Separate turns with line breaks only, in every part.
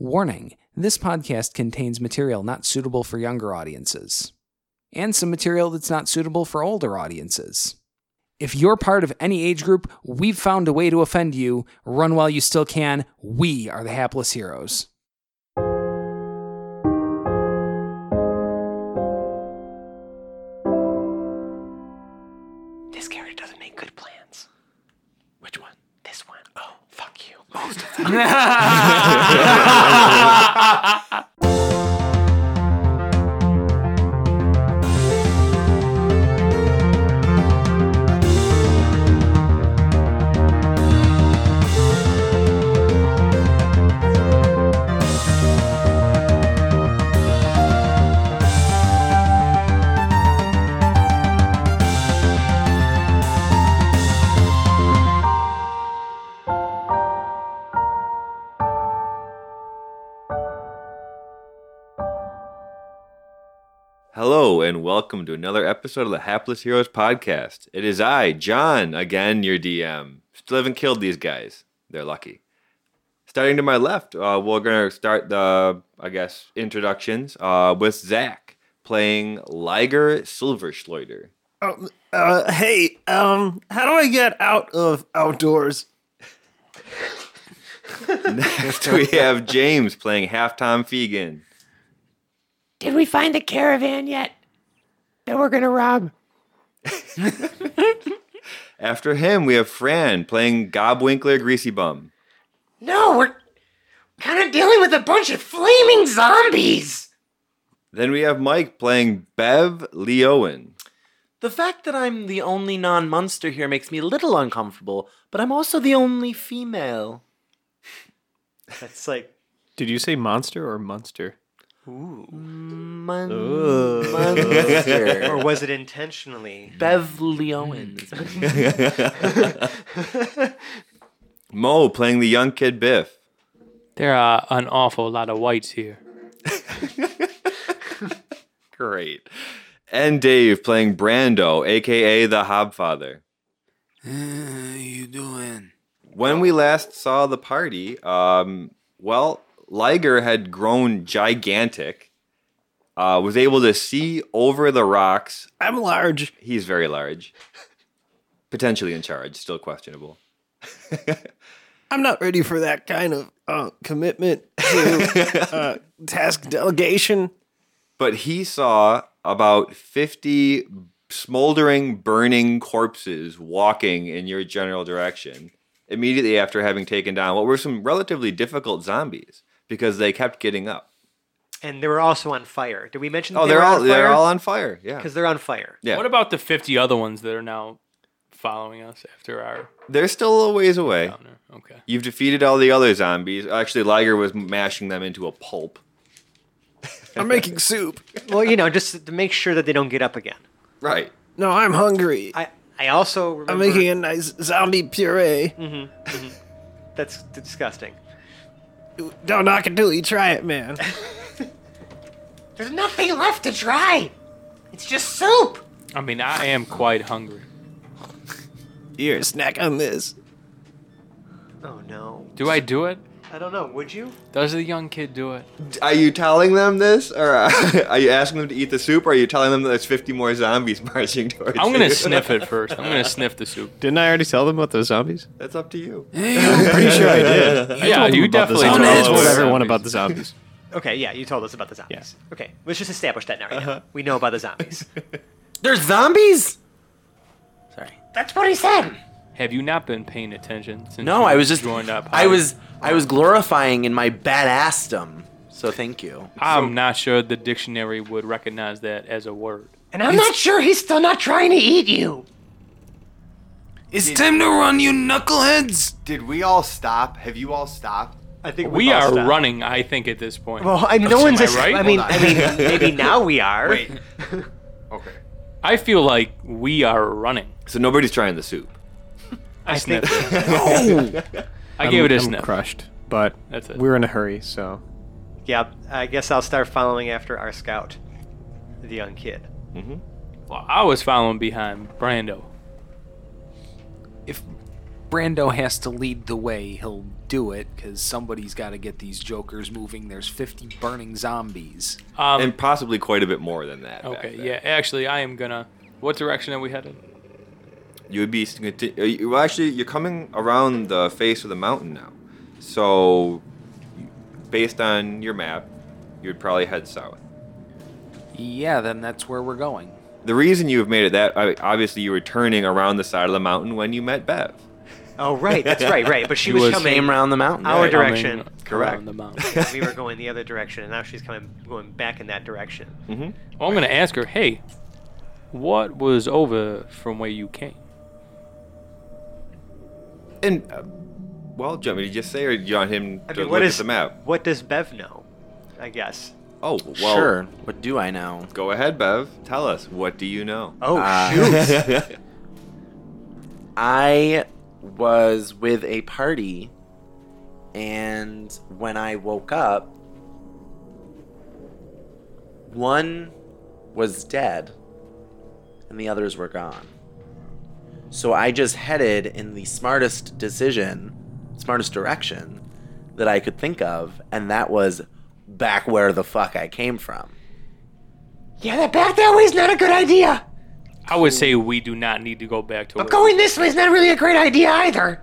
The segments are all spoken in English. Warning this podcast contains material not suitable for younger audiences, and some material that's not suitable for older audiences. If you're part of any age group, we've found a way to offend you. Run while you still can. We are the hapless heroes.
This character doesn't make good plans. Which one? This one. Oh, fuck you.
Hello and welcome to another episode of the Hapless Heroes podcast. It is I, John, again your DM. Still haven't killed these guys. They're lucky. Starting to my left, uh, we're gonna start the, I guess, introductions uh, with Zach playing Liger Silverschleuder.
Um, uh, hey, um, how do I get out of outdoors?
Next, we have James playing Halftime Fegan.
Did we find the caravan yet? That we're gonna rob.
After him, we have Fran playing Gobwinkler Greasy Bum.
No, we're kind of dealing with a bunch of flaming zombies.
Then we have Mike playing Bev Leowen.
The fact that I'm the only non monster here makes me a little uncomfortable, but I'm also the only female. That's like
Did you say monster or monster?
mon-
Ooh.
monster.
or was it intentionally?
Beverly Owens.
Mo playing the young kid Biff.
There are an awful lot of whites here.
Great. And Dave playing Brando, aka the Hobfather.
Uh, you doing?
When we last saw the party, um, well, Liger had grown gigantic, uh, was able to see over the rocks.
I'm large.
He's very large, potentially in charge, still questionable.
I'm not ready for that kind of uh, commitment to uh, task delegation.
But he saw about 50 smoldering, burning corpses walking in your general direction immediately after having taken down what were some relatively difficult zombies because they kept getting up.
And they were also on fire. Did we mention? that
Oh,
they
they're
were
all
on
they're
fire?
all on fire. Yeah.
because they're on fire.
Yeah.
What about the 50 other ones that are now following us after our
They're still a ways away.
downer? Okay.
You've defeated all the other zombies. Actually, Liger was mashing them into a pulp.
I'm making soup.
Well, you know, just to make sure that they don't get up again.
Right.
No, I'm hungry.
I I also remember Mm-hmm,
I'm making a nice zombie puree.
that's disgusting.
Don't knock it till you try it, man.
There's nothing left to try. It's just soup.
I mean, I am quite hungry.
Here, snack on this.
Oh no,
Do I do it?
I don't know. Would you?
Does the young kid do it?
Are you telling them this, or uh, are you asking them to eat the soup? Or are you telling them that there's 50 more zombies marching towards?
I'm going
you?
to sniff it first. I'm going to sniff the soup.
Didn't I already tell them about those zombies?
That's up to you.
Pretty sure I did.
yeah,
told them
you
about the
definitely
zombies.
told
I
us
told
about
everyone
zombies.
about the zombies.
Okay, yeah, you told us about the zombies. Okay, let's just establish that now. right now. We know about the zombies.
There's zombies? Sorry.
That's what he said.
Have you not been paying attention since
No,
you
I was just
joined up?
I was I was glorifying in my badassdom. So thank you.
I'm not sure the dictionary would recognize that as a word.
And I'm not sure he's still not trying to eat you.
It's time to run, you knuckleheads!
Did we all stop? Have you all stopped?
I think
We
we've all
are
stopped.
running, I think, at this point.
Well, I, no one's.
I
as-
right?
I mean,
Hold
I
on.
mean, maybe now we are.
Wait. okay.
I feel like we are running.
So nobody's trying the soup.
I, sniffed it. I gave it a
I'm
sniff.
crushed, but
That's it.
we're in a hurry, so
Yeah, I guess I'll start following after our scout, the young kid. Mm-hmm.
Well, I was following behind Brando.
If Brando has to lead the way, he'll do it because somebody's got to get these jokers moving. There's 50 burning zombies.
Um,
and possibly quite a bit more than that. back
okay,
then.
yeah. Actually, I am gonna. What direction are we headed?
You would be conti- uh, you- well. Actually, you're coming around the face of the mountain now. So, based on your map, you would probably head south.
Yeah, then that's where we're going.
The reason you have made it that I- obviously you were turning around the side of the mountain when you met Bev.
Oh, right. That's right, right. But she was, coming.
came around the mountain.
Our
right?
direct- direction.
Coming
Correct.
around The mountain.
we were going the other direction, and now she's coming going back in that direction.
hmm
well, I'm gonna ask her. Hey, what was over from where you came?
And uh, well, do you want me to just say, or do you want him
I
to
mean,
look
what is
at the map?
What does Bev know? I guess.
Oh, well,
sure. What do I know?
Go ahead, Bev. Tell us what do you know?
Oh
Uh,
shoot!
I was with a party, and when I woke up, one was dead, and the others were gone. So I just headed in the smartest decision, smartest direction that I could think of, and that was back where the fuck I came from.
Yeah, that back that way is not a good idea.
I would say we do not need to go back to.
But going this way is not really a great idea either.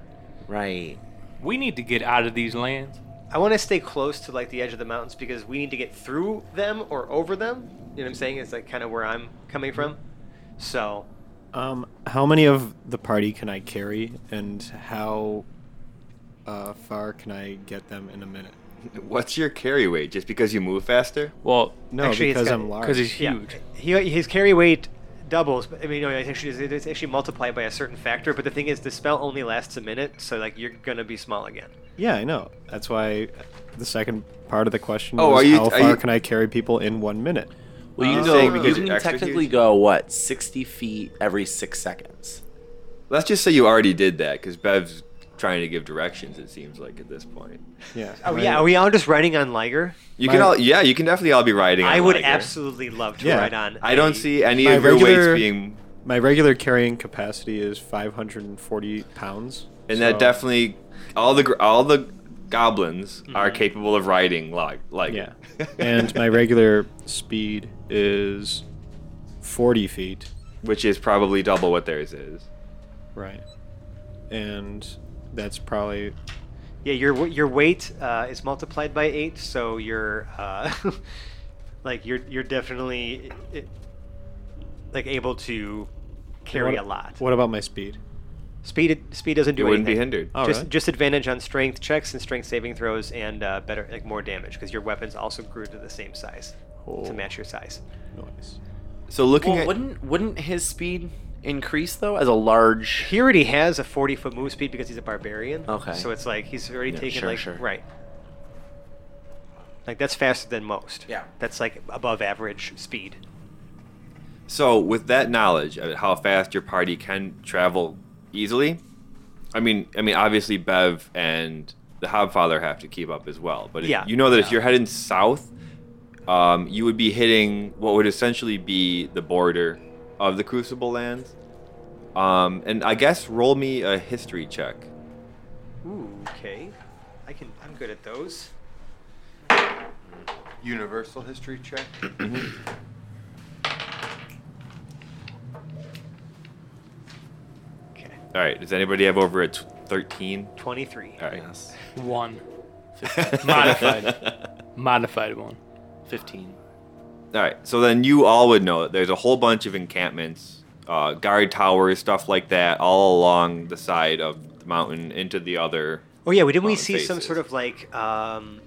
Right.
We need to get out of these lands.
I want to stay close to like the edge of the mountains because we need to get through them or over them. You know what I'm saying? It's like kind of where I'm coming from. So
Um, how many of the party can I carry, and how uh, far can I get them in a minute?
What's your carry weight? Just because you move faster?
Well,
No,
Actually, it's
because
got-
I'm large.
because he's
yeah,
huge.
he, his carry weight doubles. but- I mean, no, it's actually it's actually multiplied by a certain factor. But the thing is, the spell only lasts a minute, so like you're gonna be small again.
Yeah, I know. That's why the second part of the question
Oh,
was
are you-
how
are
far
you-
can I carry people in one minute?
Well, you
Uh,
You're
can go.
saying because
You
you're
can
extra
technically
huge?
go what sixty feet every six seconds.
Let's just say you already did that because Bev's trying to give directions. It seems like at this point.
Yeah.
Oh yeah, are we all just riding on Liger?
You can
My-
all, yeah, you can definitely all be riding. on
I would
Liger.
absolutely love to
Yeah.
ride on.
I
a-
don't see any
My
of your
regular-
weights being,
My regular carrying capacity is 540 pounds.
and that
so-
definitely all the gr- all the goblins
Mm-hmm.
are capable of riding like like
Yeah. and my regular speed is 40 feet.
which is probably double what theirs is.
Right. And that's probably
Yeah, your your weight uh, is multiplied by eight, so you're uh, like you're you're definitely eh, like able to carry
what-
a lot.
What about my speed?
Speed speed doesn't
You
do
wouldn't be
anything.
hindered.
Oh,
just
really?
just advantage on strength checks and strength saving throws and uh, better like more damage because your weapons also grew to the same size
Oh.
to match your size.
Nice.
So looking
Well,
at
wouldn't wouldn't his speed increase though as a large?
He already has a forty foot move speed because he's a barbarian.
Okay.
So it's like he's already
Yeah,
taken
sure,
like
sure.
right. Like that's faster than most.
Yeah.
That's like above average speed.
So, with that knowledge of how fast your party can travel easily, I mean, I mean, obviously Bev and the Hobfather have to keep up as well. But if-
Yeah,
you know that if
yeah.
you're heading south, um, you would be hitting what would essentially be the border of the Crucible Lands. Um, and I guess roll me a history check.
Ooh, okay. I can. I'm good at those.
Universal history check.
Okay.
All right, does anybody have over a t- 13?
Twenty-three.
All right.
Yes.
One. Modified. Modified one.
Fifteen.
All right, so then you all would know that there's a whole bunch of encampments, uh, guard towers, stuff like that, all along the side of the mountain into the other.
Oh yeah. Didn't we
Mountain
see some sort
faces.
of like um,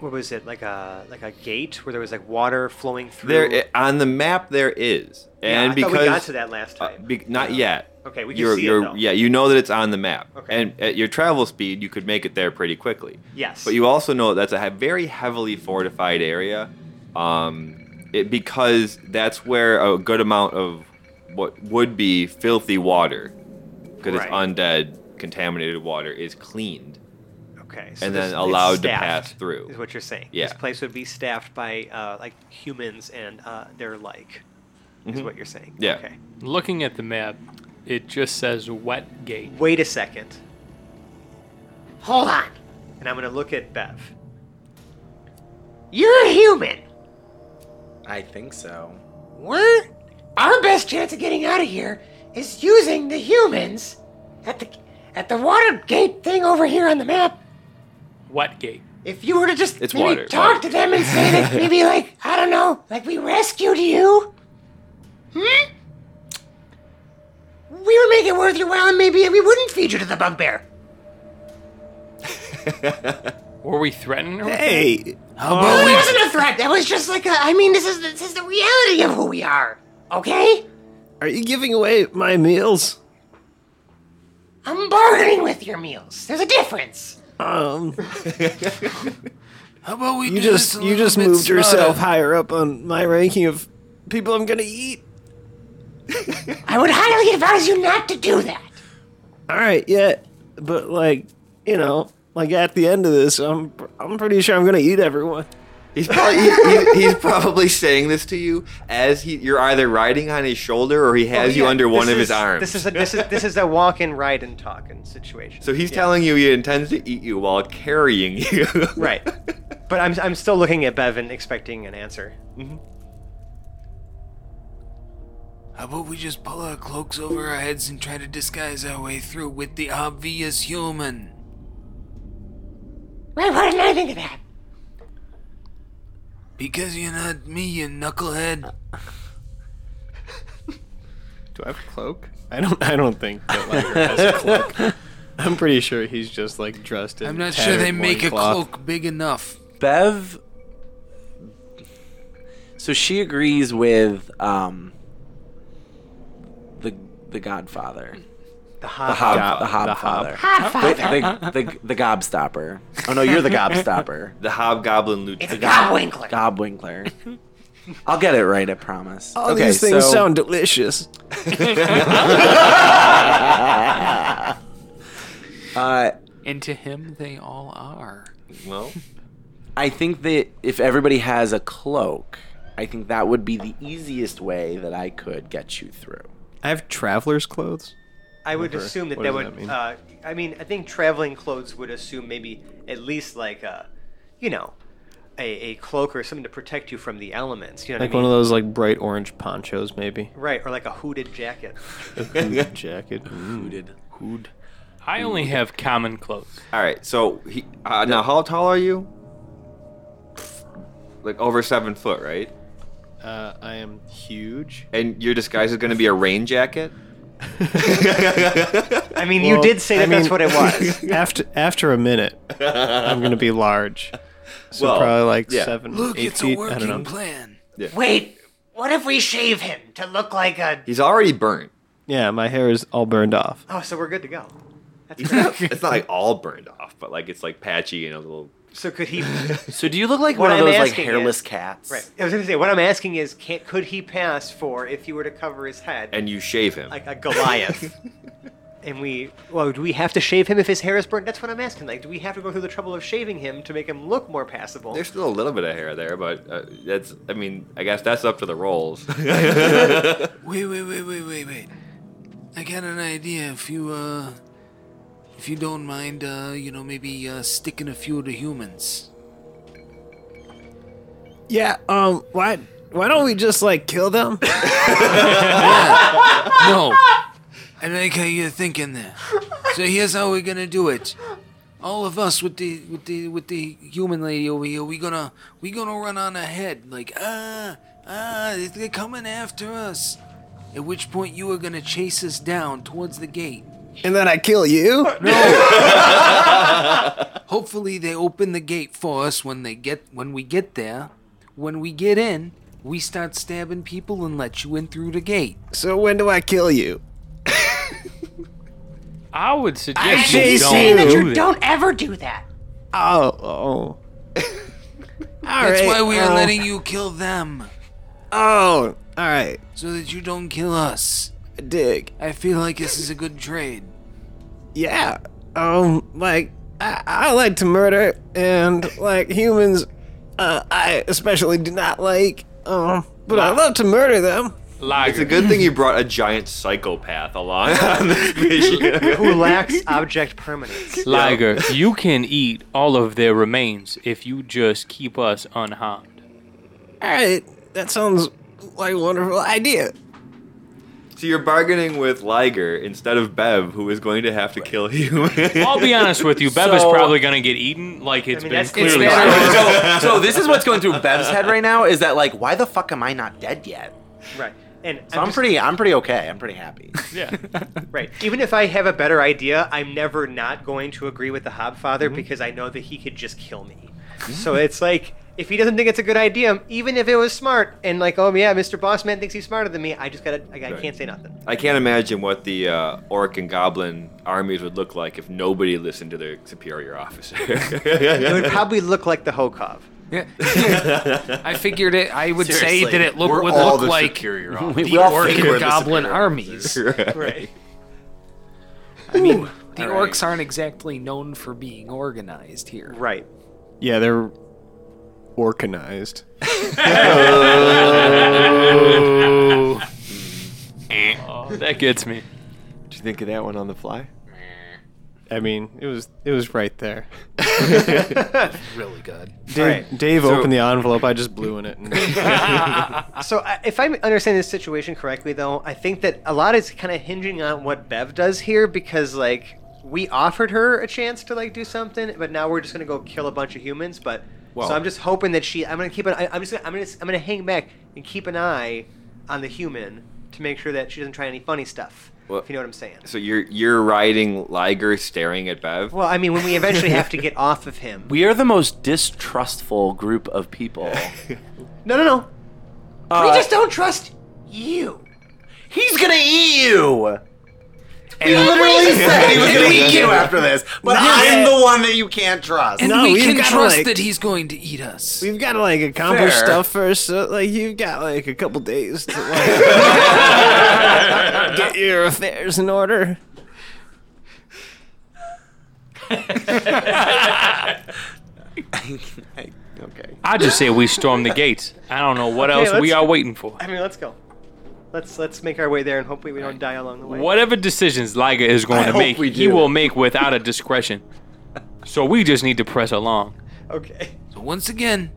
what was it? Like a like a gate where there was like water flowing through.
There on the map there is,
Yeah,
and
I
because
thought we got to that last
uh,
time.
be- not yet.
Okay, we can
you're,
see it,
you're,
though.
Yeah, you know that it's on the map,
Okay.
and at your travel speed, you could make it there pretty quickly.
yes.
But you also know that's a he- very heavily fortified area, um, it, because that's where a good amount of what would be filthy water, because
Right.
it's undead, contaminated water, is cleaned
okay. so
and
this-
then
it's
allowed to
staffed,
pass through.
Is what you're saying? This
Yeah.
place would be staffed by uh, like humans and uh, their like.
Mm-hmm.
Is what you're saying?
Mm-hmm. Yeah.
Okay.
Looking at the map, it just says wet gate.
Wait a second.
Hold on.
and I'm gonna look at Bev.
You're a human.
I think so.
We're our best chance of getting out of here is using the humans at the at the water gate thing over here on the map.
What gate?
If you were to just
It's
maybe
water,
talk
water.
to them and say that maybe like I don't know, like we rescued you. Hmm? We were making it worth your while and maybe we wouldn't feed you to the bugbear.
Were we threatened? Or
Hey, how
Well,
about
it
we
wasn't a threat. That was just like a. I mean, this is this is the reality of who we are. Okay,
Are you giving away my meals?
I'm bargaining with your meals. There's a difference.
Um,
How about we
you just you just moved yourself higher up on my ranking of people I'm gonna eat.
I would highly advise you not to do that.
All right, yeah, but like you know, like at the end of this, I'm I'm pretty sure I'm gonna eat everyone.
He's probably he, he- he's probably saying this to you as he you're either riding on his shoulder or he has you
Yeah,
under
this
one of
is-
his arms.
This is a this is this is a walk and ride and talk and situation.
so he's
Yeah.
telling you he intends to eat you while carrying you.
right, but I'm I'm still looking at Bev and expecting an answer.
How about we just pull our cloaks over our heads and try to disguise our way through with the obvious human?
Right? Why didn't I think of that?
Because you're not me, you knucklehead.
Do I have a cloak? I don't. I don't think that Liger has a cloak. I'm pretty sure he's just like dressed in.
I'm not sure they
tattered
make a
loincloth.
cloak big enough.
Bev. So she agrees with um, the the Godfather,
The
the
hob.
Hob,
Gob-
the
the
Hobfather,
Godfather.
the, the, the the Gobstopper. Oh no, you're the Gobstopper,
the hobgoblin loot.
It's a gobwinkler.
Gobwinkler. I'll get it right, I promise.
All these things sound delicious.
Uh,
And to him, they all are.
well,
I think that if everybody has a cloak, I think that would be the easiest way that I could get you through.
I have traveler's clothes.
I would
Whatever.
assume that
What
that
does
would.
that mean?
Uh, I mean, I think traveling clothes would assume maybe at least like a, you know, a, a cloak or something to protect you from the elements. You know,
Like
what I
one
mean?
of those like bright orange ponchos, maybe.
right, or like a hooded jacket.
Hood jacket.
Booted.
Hood.
I only have common clothes.
all right. So he uh, now how tall are you? Like over seven foot, right?
Uh, I am huge.
And your disguise is going to be a rain jacket.
I mean, you
Well,
did say
I
that that's
mean-
what it was.
after after a minute, I'm gonna be large. So
Well,
probably like
yeah.
seven,
Look,
eight
it's
feet.
a
I don't know.
working plan.
Wait, what if we shave him to look like a?
He's already burnt.
Yeah, my hair is all burned off.
Oh, so we're good to go.
He's not, it's not like all burned off, but like it's like patchy and a little.
So could he?
So do you look like
What
one of
I'm
those like
asking
hairless
is-
cats?
Right. I was gonna say what I'm asking is, can could he pass for if you were to cover his head
And you shave him.
like a Goliath? and we, well, do we have to shave him if his hair is burnt? That's what I'm asking. Like, do we have to go through the trouble of shaving him to make him look more passable?
There's still a little bit of hair there, but uh, that's. I mean, I guess that's up to the rolls.
Wait, wait, wait, wait, wait, wait. I got an idea. If you, uh, if you don't mind, uh, you know, maybe uh, sticking a few of the humans.
Yeah. Um. Why? Why don't we just like kill them?
No. I like how you're thinking there. So here's how we're gonna do it. All of us with the with the with the human lady over here, we gonna we gonna run on ahead like ah ah they're coming after us. At which point you are gonna chase us down towards the gate.
and then I kill you?
Hopefully they open the gate for us when they get when we get there. When we get in, we start stabbing people and let you in through the gate.
So when do I kill you?
I would
I
suggest
actually
you
she's
don't
saying that
do
you
that.
don't ever do that.
Oh. oh.
That's
right,
why we are
well-
letting you kill them.
Oh. All right.
so that you don't kill us.
Dig.
I feel like this is a good trade.
Yeah. Um. Like I, I like to murder, and like humans, uh, I especially do not like. Um. But I love to murder them.
Lager.
It's a good thing you brought a giant psychopath along on this mission.
Who lacks object permanence?
Liger, you can eat all of their remains if you just keep us unharmed.
All right, that sounds like a wonderful idea.
so you're bargaining with Liger instead of Bev, who is going to have to kill you.
I'll be honest with you, Bev is
So-
probably gonna get eaten. Like it's
mean,
been
that's- it's
clearly.
been-
stated.
so, so this is what's going through Bev's head right now is that like why the fuck am I not dead yet?
Right. And
So I'm,
just-
pretty I'm pretty okay. I'm pretty happy.
yeah.
Right. Even if I have a better idea, I'm never not going to agree with the Hobfather
Mm-hmm.
because I know that he could just kill me. So it's like if he doesn't think it's a good idea, even if it was smart, and like, oh yeah, Mr. Bossman thinks he's smarter than me, I just gotta, I, I can't say nothing.
I can't imagine what the uh, orc and goblin armies would look like if nobody listened to their superior officer.
It would probably look like the Hokov.
Yeah. I figured it. I would say that it look,
we're
would
all
look
the
like
superior
the
officer.
We all
orc
think
and
we're the
goblin
superior
armies.
Right.
I mean, the
All right.
orcs aren't exactly known for being organized here.
Right.
Yeah, they're organized.
Oh, that gets me.
Did you think of that one on the fly?
I mean, it was it was right there.
Really good.
All
Dave,
right.
Dave opened the envelope. I just blew in it. And
So I- if I understand this situation correctly, though, I think that a lot is kind of hinging on what Bev does here because like we offered her a chance to like do something, but now we're just gonna go kill a bunch of humans. But so I'm just hoping that she. I'm gonna keep an. I, I'm just. Gonna, I'm gonna. I'm gonna hang back and keep an eye on the human to make sure that she doesn't try any funny stuff.
Well-
if you know what I'm saying.
so you're you're riding Liger, staring at Bev.
Well, I mean, when we eventually have to get off of him.
We are the most distrustful group of people.
No, no, no.
Uh,
we just don't trust you.
he's gonna eat you.
And literally,
said he was gonna eat you after this, but I'm the one that you can't trust.
and
No,
we
we've
can
gotta,
trust
like-
that he's going to eat us.
We've got to like accomplish
Fair.
stuff first. So, like you've got like a couple days to like get your affairs in order. Uh,
I just say we storm the gates. I don't know what
Okay,
else we
let's-
are waiting for.
I mean, let's go. Let's let's make our way there and hopefully we don't die along the way.
Whatever decisions Liger is going to
hope
make,
we
he
do.
will make without a discretion. So we just need to press along.
Okay.
So once again,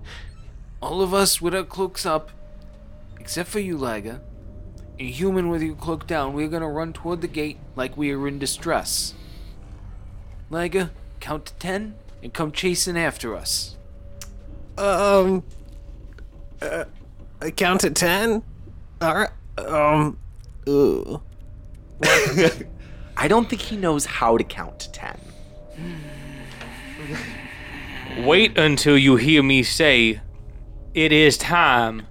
all of us with our cloaks up, except for you, Liga, and human with your cloak down, we're gonna run toward the gate like we are in distress. Liga, count to ten and come chasing after us.
Um, uh, I count to ten. All right. Um, ooh.
I don't think he knows how to count to ten.
Wait until you hear me say, "It is time,"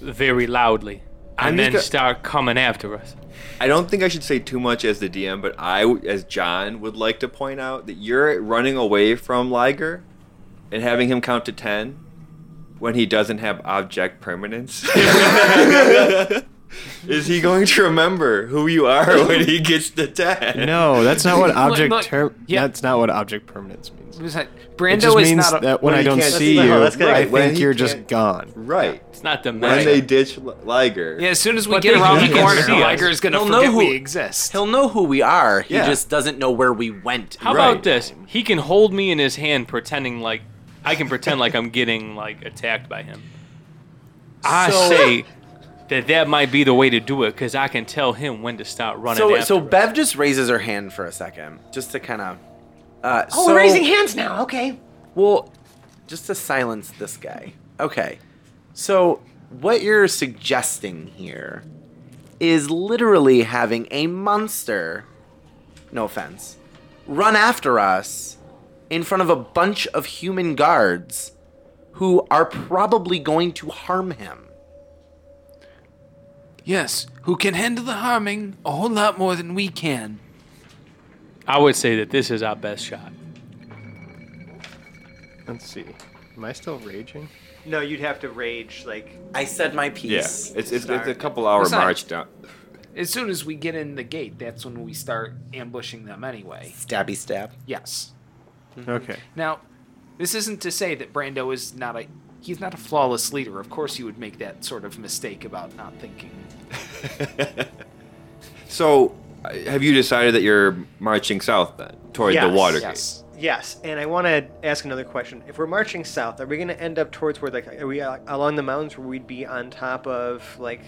very loudly,
I'm
and
just
then
go-
start coming after us.
I don't think I should say too much as the DM, but I, as John, would like to point out that you're running away from Liger and having him count to 10 when he doesn't have object permanence. Is he going to remember who you are when he gets to 10?
no, that's not what object
look,
term.
yeah.
That's not what object permanence means.
It was like-
It
Brando
just
is
means
not. A,
that when,
when
I
he
don't
can't-
see
Let's-
you,
no, let's get it.
I
When
think
he
you're just
can't-
gone.
Right.
It's not the
When
magic.
they ditch Li- Liger.
yeah, as soon as we
But
get
they-
around
they
the
can
corner,
see us.
Liger is gonna
He'll know
forget
who-
we exist.
He'll know who we are. He
Yeah.
just doesn't know where we went.
How
Right.
about this? He can hold me in his hand, pretending like I can pretend like I'm getting like attacked by him. I
So-
say that that might be the way to do it because I can tell him when to start running.
so
after
so
us.
Bev just raises her hand for a second, just to kind of. Uh,
Oh,
so,
we're raising hands now. Okay.
Well, just to silence this guy. Okay. So, what you're suggesting here is literally having a monster, no offense, run after us in front of a bunch of human guards who are probably going to harm him.
Yes, who can handle the harming a whole lot more than we can.
I would say that this is our best shot.
Let's see. Am I still raging?
No, you'd have to rage like
I said my
Yeah.
piece.
It's, it's, it's a couple hour
It's not-
march down.
As soon as we get in the gate, that's when we start ambushing them anyway.
Stabby stab.
Yes.
Okay.
Now, this isn't to say that Brando is not a He's not a flawless leader. Of course, he would make that sort of mistake about not thinking.
So, uh, have you decided that you're marching south then toward the
Yes.
water
Yes.
Yes, and I want to ask another question. If we're marching south, are we going to end up towards where, like, are we uh, along the mountains where we'd be on top of, like,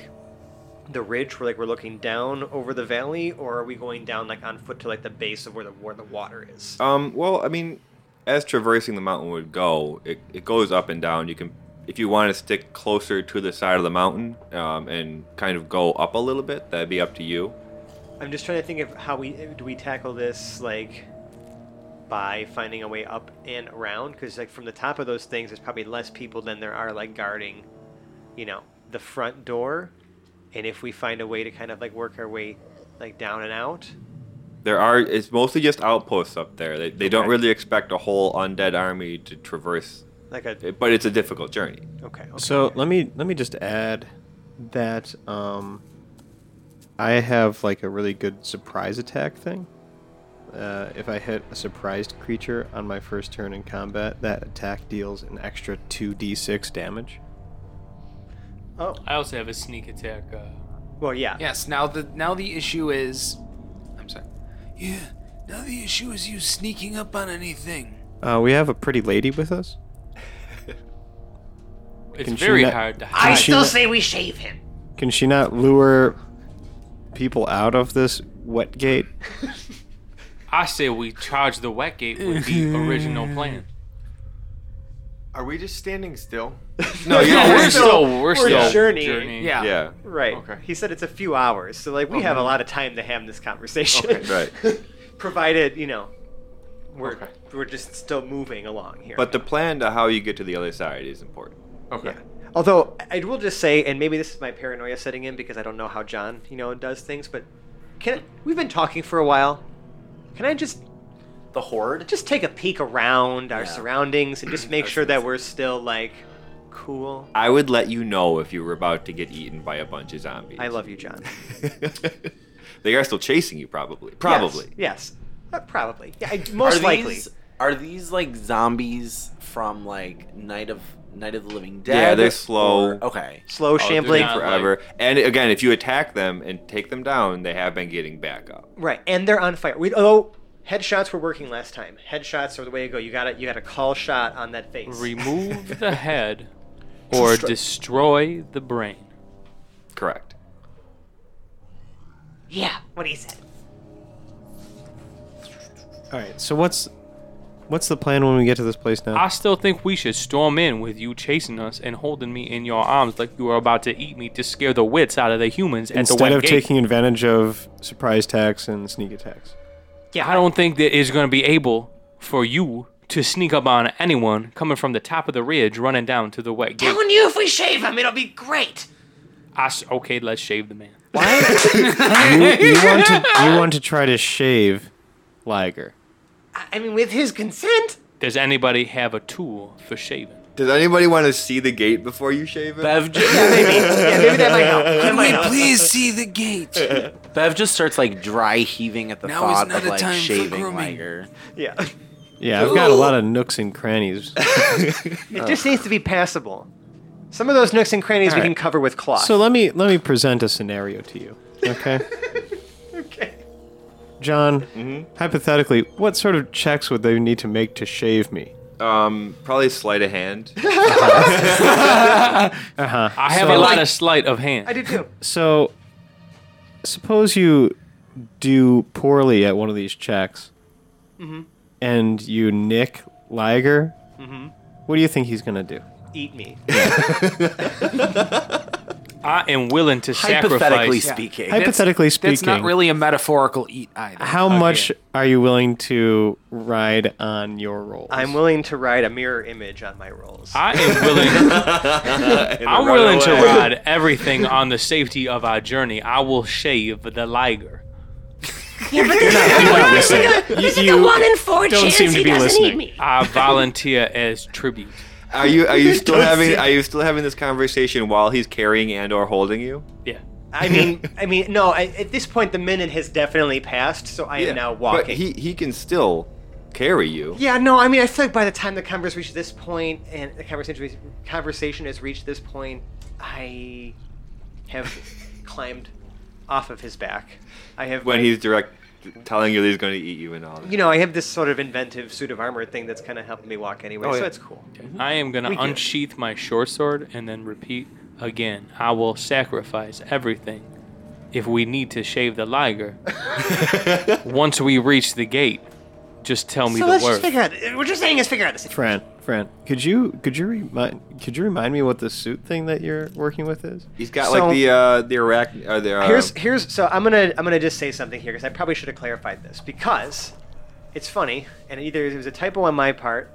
the ridge where, like, we're looking down over the valley, or are we going down, like, on foot to, like, the base of where the where the water is?
gate? Um, well, I mean, as traversing the mountain would go, it, it goes up and down. You can, if you want to stick closer to the side of the mountain um, and kind of go up a little bit, that'd be up to you.
I'm just trying to think of how we do we tackle this, like, by finding a way up and around, because, like, from the top of those things, there's probably less people than there are, like, guarding, you know, the front door, and if we find a way to kind of, like, work our way, like, down and out.
There are. It's mostly just outposts up there. They, they don't
Okay.
really expect a whole undead army to traverse,
Like a okay.
it, but it's a difficult journey.
okay.
So let me let me just add that um, I have like a really good surprise attack thing. Uh, if I hit a surprised creature on my first turn in combat, that attack deals an extra two d6 damage.
Oh
I also have a sneak attack. Uh,
well, yeah.
Yes. Now the now the issue is, I'm sorry. Yeah. Now the issue is you sneaking up on anything.
Uh, we have a pretty lady with us.
it's
Can she
very
not-
hard to
I
hide.
she
still
not-
say we shave him.
Can she not lure people out of this wet gate?
I say we charge the wet gate with the original plan.
Are we just standing still?
No, you
No,
don't.
we're still we're still
journeying.
journeying.
Yeah.
yeah.
Right.
Okay.
He said it's a few hours, so like we have a lot of time to have this conversation.
Okay.
Provided you know, we're
Okay.
we're just still moving along here.
But the plan to how you get to the other side is important.
Okay.
although I will just say, and maybe this is my paranoia setting in because I don't know how John you know does things, but can we've been talking for a while? Can I just
The horde.
just take a peek around our
Yeah.
surroundings and just make sure that we're still like cool?
I would let you know if you were about to get eaten by a bunch of zombies.
I love you, John.
they are still chasing you, probably. Probably.
Yes. yes. Uh, probably. Yeah, I, most
are
likely.
These, are these like zombies from like Night of Night of the Living Dead?
Yeah, they're slow. Oh,
or- okay. Oh,
Slow shambling.
not-
Forever. And again, if you attack them and take them down, they have been getting back up.
Right, and they're on fire. We oh, headshots were working last time. Headshots are the way to go. You got to You got to call shot on that face.
Remove the head or destroy the brain.
Correct.
Yeah, what he said.
All right. So what's what's the plan when we get to this place now?
I still think we should storm in with you chasing us and holding me in your arms like you were about to eat me to scare the wits out of the humans at the
Instead
wet
of
gate.
taking advantage of surprise attacks and sneak attacks.
I don't think that it's going to be able for you to sneak up on anyone coming from the top of the ridge running down to the wet gate.
Telling you if we shave him, it'll be great.
I s- okay, let's shave the man.
you want to you want to try to shave Liger.
I I mean, with his consent.
Does anybody have a tool for shaving?
Does anybody want to see the gate before you shave it?
Bev just,
Yeah, maybe that might help.
Can we please see the gate?
Bev just starts like dry heaving at the
Now is
thought
not
of
a
like
time for
shaving
grooming.
Liger.
Yeah,
Yeah, I've got a lot of nooks and crannies.
it just needs to be passable. Some of those nooks and crannies we can cover with cloth.
So let me let me present a scenario to you. Okay?
okay.
John,
Mm-hmm.
hypothetically, what sort of checks would they need to make to shave me?
Um, probably sleight of hand.
Uh-huh. I have a
So-
lot of sleight of hand.
I do too.
So suppose you do poorly at one of these checks
Mm-hmm.
and you nick Liger. What do you think he's gonna do?
Mm-hmm. Eat me.
I am willing to
Hypothetically
sacrifice.
speaking.
Hypothetically speaking,
That's not really a metaphorical eat either.
How much are you willing to ride on your rolls?
I'm willing to ride a mirror image on my rolls.
I am willing. I'm willing to ride everything on the safety of our journey. I will shave the liger.
Yeah, but this is the one- this is the one in four
don't
chance
seem to
he
be
doesn't
listening.
eat me.
I volunteer as tribute.
Are you are you still having are you still having this conversation while he's carrying and or holding you?
Yeah.
I mean, I mean, no. I, at this point, the minute has definitely passed, so I am now walking.
But he he can still carry you.
Yeah, no, I mean, I feel like by the time the conversation reached this point and the conversation conversation has reached this point, I have climbed off of his back. I have
When
my-
he's direct telling you that he's going to eat you and all that.
you know, I have this sort of inventive suit of armor thing that's kind of helping me walk anyway,
Oh,
so
yeah.
it's cool.
I am going
We
to
good.
unsheath my short sword and then repeat again. I will sacrifice everything if we need to shave the liger. Once we reach the gate, just tell me
So
the
let's
word.
just figure out. We're just saying is figure out the situation.
Fran, Fran, could you could you remind could you remind me what the suit thing that you're working with is?
He's got
So-
like the uh, the Iraq or the uh,
here's here's so I'm gonna I'm gonna just say something here because I probably should have clarified this because it's funny and either it was a typo on my part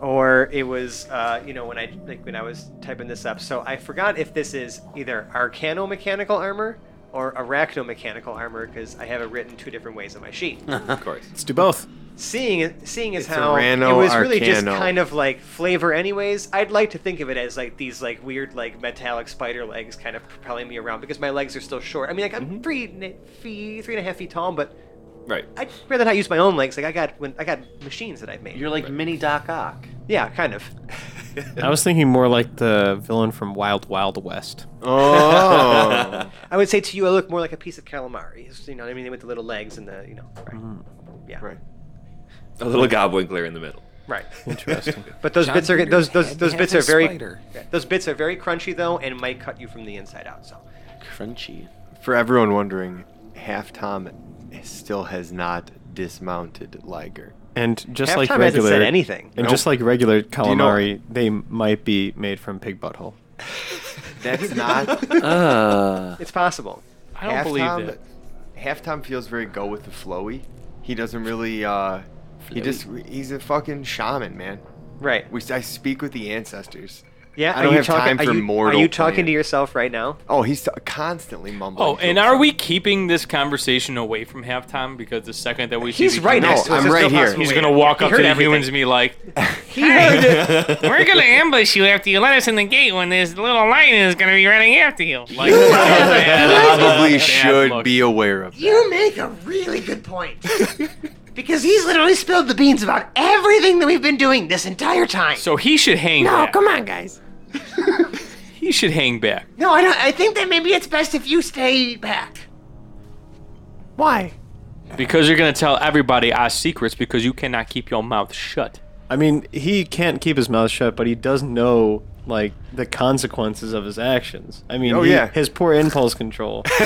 or it was uh, you know when I like when I was typing this up so I forgot if this is either arcano mechanical armor or arachno mechanical armor because I have it written two different ways on my sheet.
of course.
Let's do both.
seeing seeing as
It's
how it
Arano
was really just
Arcano.
kind of like flavor anyways i'd like to think of it as like these like weird like metallic spider legs kind of propelling me around because my legs are still short i mean like i'm
Mm-hmm.
three n- feet three and a half feet tall but
Right.
i'd rather not use my own legs like i got when i got machines that i've made
You're like mini Doc Ock.
yeah kind of
I was thinking more like the villain from Wild Wild West.
Oh.
i would say to you i look more like a piece of calamari It's- you know what i mean with the little legs and the you know right
Mm-hmm.
yeah
right.
A little goblin glare in the middle.
right
Interesting.
but those
John
bits are
Peter
those those
had
those
half
bits
a
are very
spider.
yeah, those bits are very crunchy though and might cut you from the inside out so
Crunchy.
For everyone wondering, Half Tom still has not dismounted Liger.
and just
Half
like
Time hasn't
regular,
said anything.
And just like regular
you know-
calamari, they might be made from pig butthole.
That's not. Ah.
Uh,
it's possible
I don't believe that.
Half Tom feels very go with the flowy. He doesn't really. uh He just. He's a fucking shaman, man.
right
We I speak with the ancestors.
Yeah,
I don't
are you
have
talking,
time
are
for
you,
mortal
Are you talking
plan.
to yourself right now?
Oh, he's constantly mumbling.
Oh,
to
and
himself.
are we keeping this conversation away from halftime? Because the second that we see
He's
the
right
humans,
No,
next to us.
I'm
There's
right
no
here.
possible
he's
way.
gonna walk
He
up to
heard
the
everything.
humans and be like,
He heard it.
We're gonna ambush you after you let us in the gate when this little lion is gonna be running after you.
like
Probably
bad
should
look.
be aware of.
You make a really good point. because he's literally spilled the beans about everything that we've been doing this entire time.
So he should hang.
no,
back.
come on, guys.
He should hang back.
No, I don't. I think that maybe it's best if you stay back.
Why?
Because you're gonna tell everybody our secrets because you cannot keep your mouth shut.
I mean, he can't keep his mouth shut, but he does know like the consequences of his actions. I mean,
Oh,
he-
yeah.
his poor impulse control. he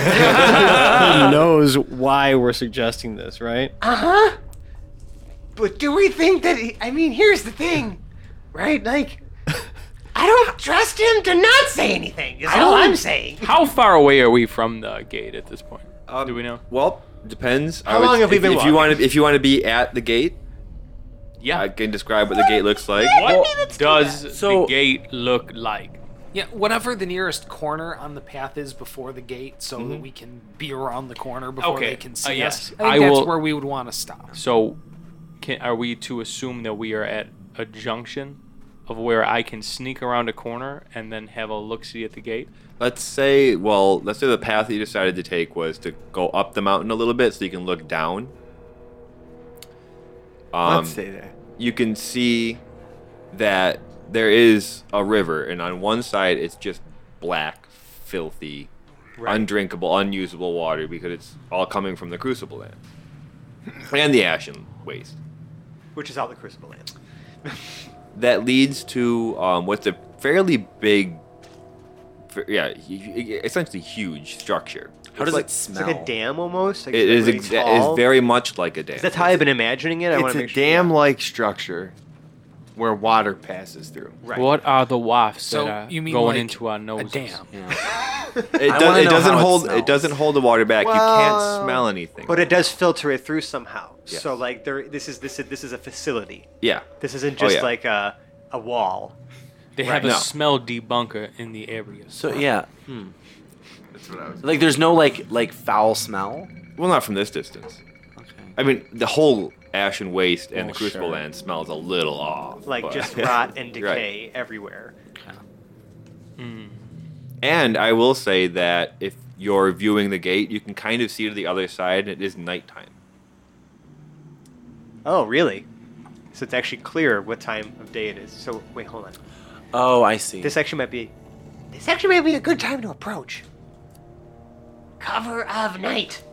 knows why we're suggesting this, right?
Uh-huh. But do we think that? He, I mean, here's the thing, right? Like, I don't trust him to not say anything. Is all I'm saying.
How far away are we from the gate at this point? Do we know?
Um, Well, depends. How
long have we
if,
been
If you want to, if you want to be at the gate,
Yeah.
I can describe what the gate looks like.
what does
So-
the gate look like?
Yeah, whatever the nearest corner on the path is before the gate, so that we can be around the corner before
Okay,
they can see
uh, yes.
us. I think
I
that's
will-
where we would want to stop.
So, can, are we to assume that we are at a junction of where I can sneak around a corner and then have a look see at the gate?
uh,
Let's say, well, let's say the path that you decided to take was to go up the mountain a little bit so you can look down. Um,
Let's say that.
you can see that there is a river, and on one side it's just black, filthy, undrinkable, unusable water because it's all coming from the Crucible Land and the Ashen Waste.
Which is all the Crucible Land.
that leads to um, what's a fairly big, f- yeah, hu- hu- essentially huge structure.
how does
like,
it
It's
smell?
like a dam almost. Like
It is
really
exa-
tall.
is very much like a dam.
That's how I've been imagining it. I want
It's
to
a
make sure.
dam-like structure where water passes through.
Right.
What are the wafts
So
that are
you mean
going
like
into our
a
noses?
dam?
It,
I
does,
wanna
it
know
doesn't
how it
hold. It,
smells.
doesn't hold the water back. you
Well,
can't smell anything.
But it does filter it through somehow.
Yes.
So like there, this is this is this is a facility.
yeah,
This isn't
Oh,
just
yeah.
like a a wall.
They have a
No.
smell debunker in the area.
So yeah, hmm.
That's what I was.
like there's no like like foul smell.
well, not from this distance.
Okay.
I mean, the whole ashen waste and the
Well,
crucible
sure.
land smells a little off.
Like
but-
just rot and
You're right.
decay everywhere.
Mm.
And I will say that if you're viewing the gate, you can kind of see to the other side, and it is nighttime.
Oh, really? So it's actually clear what time of day it is. So wait, hold on.
Oh, I see.
This actually might be.
This actually may be a good time to approach. Cover of night.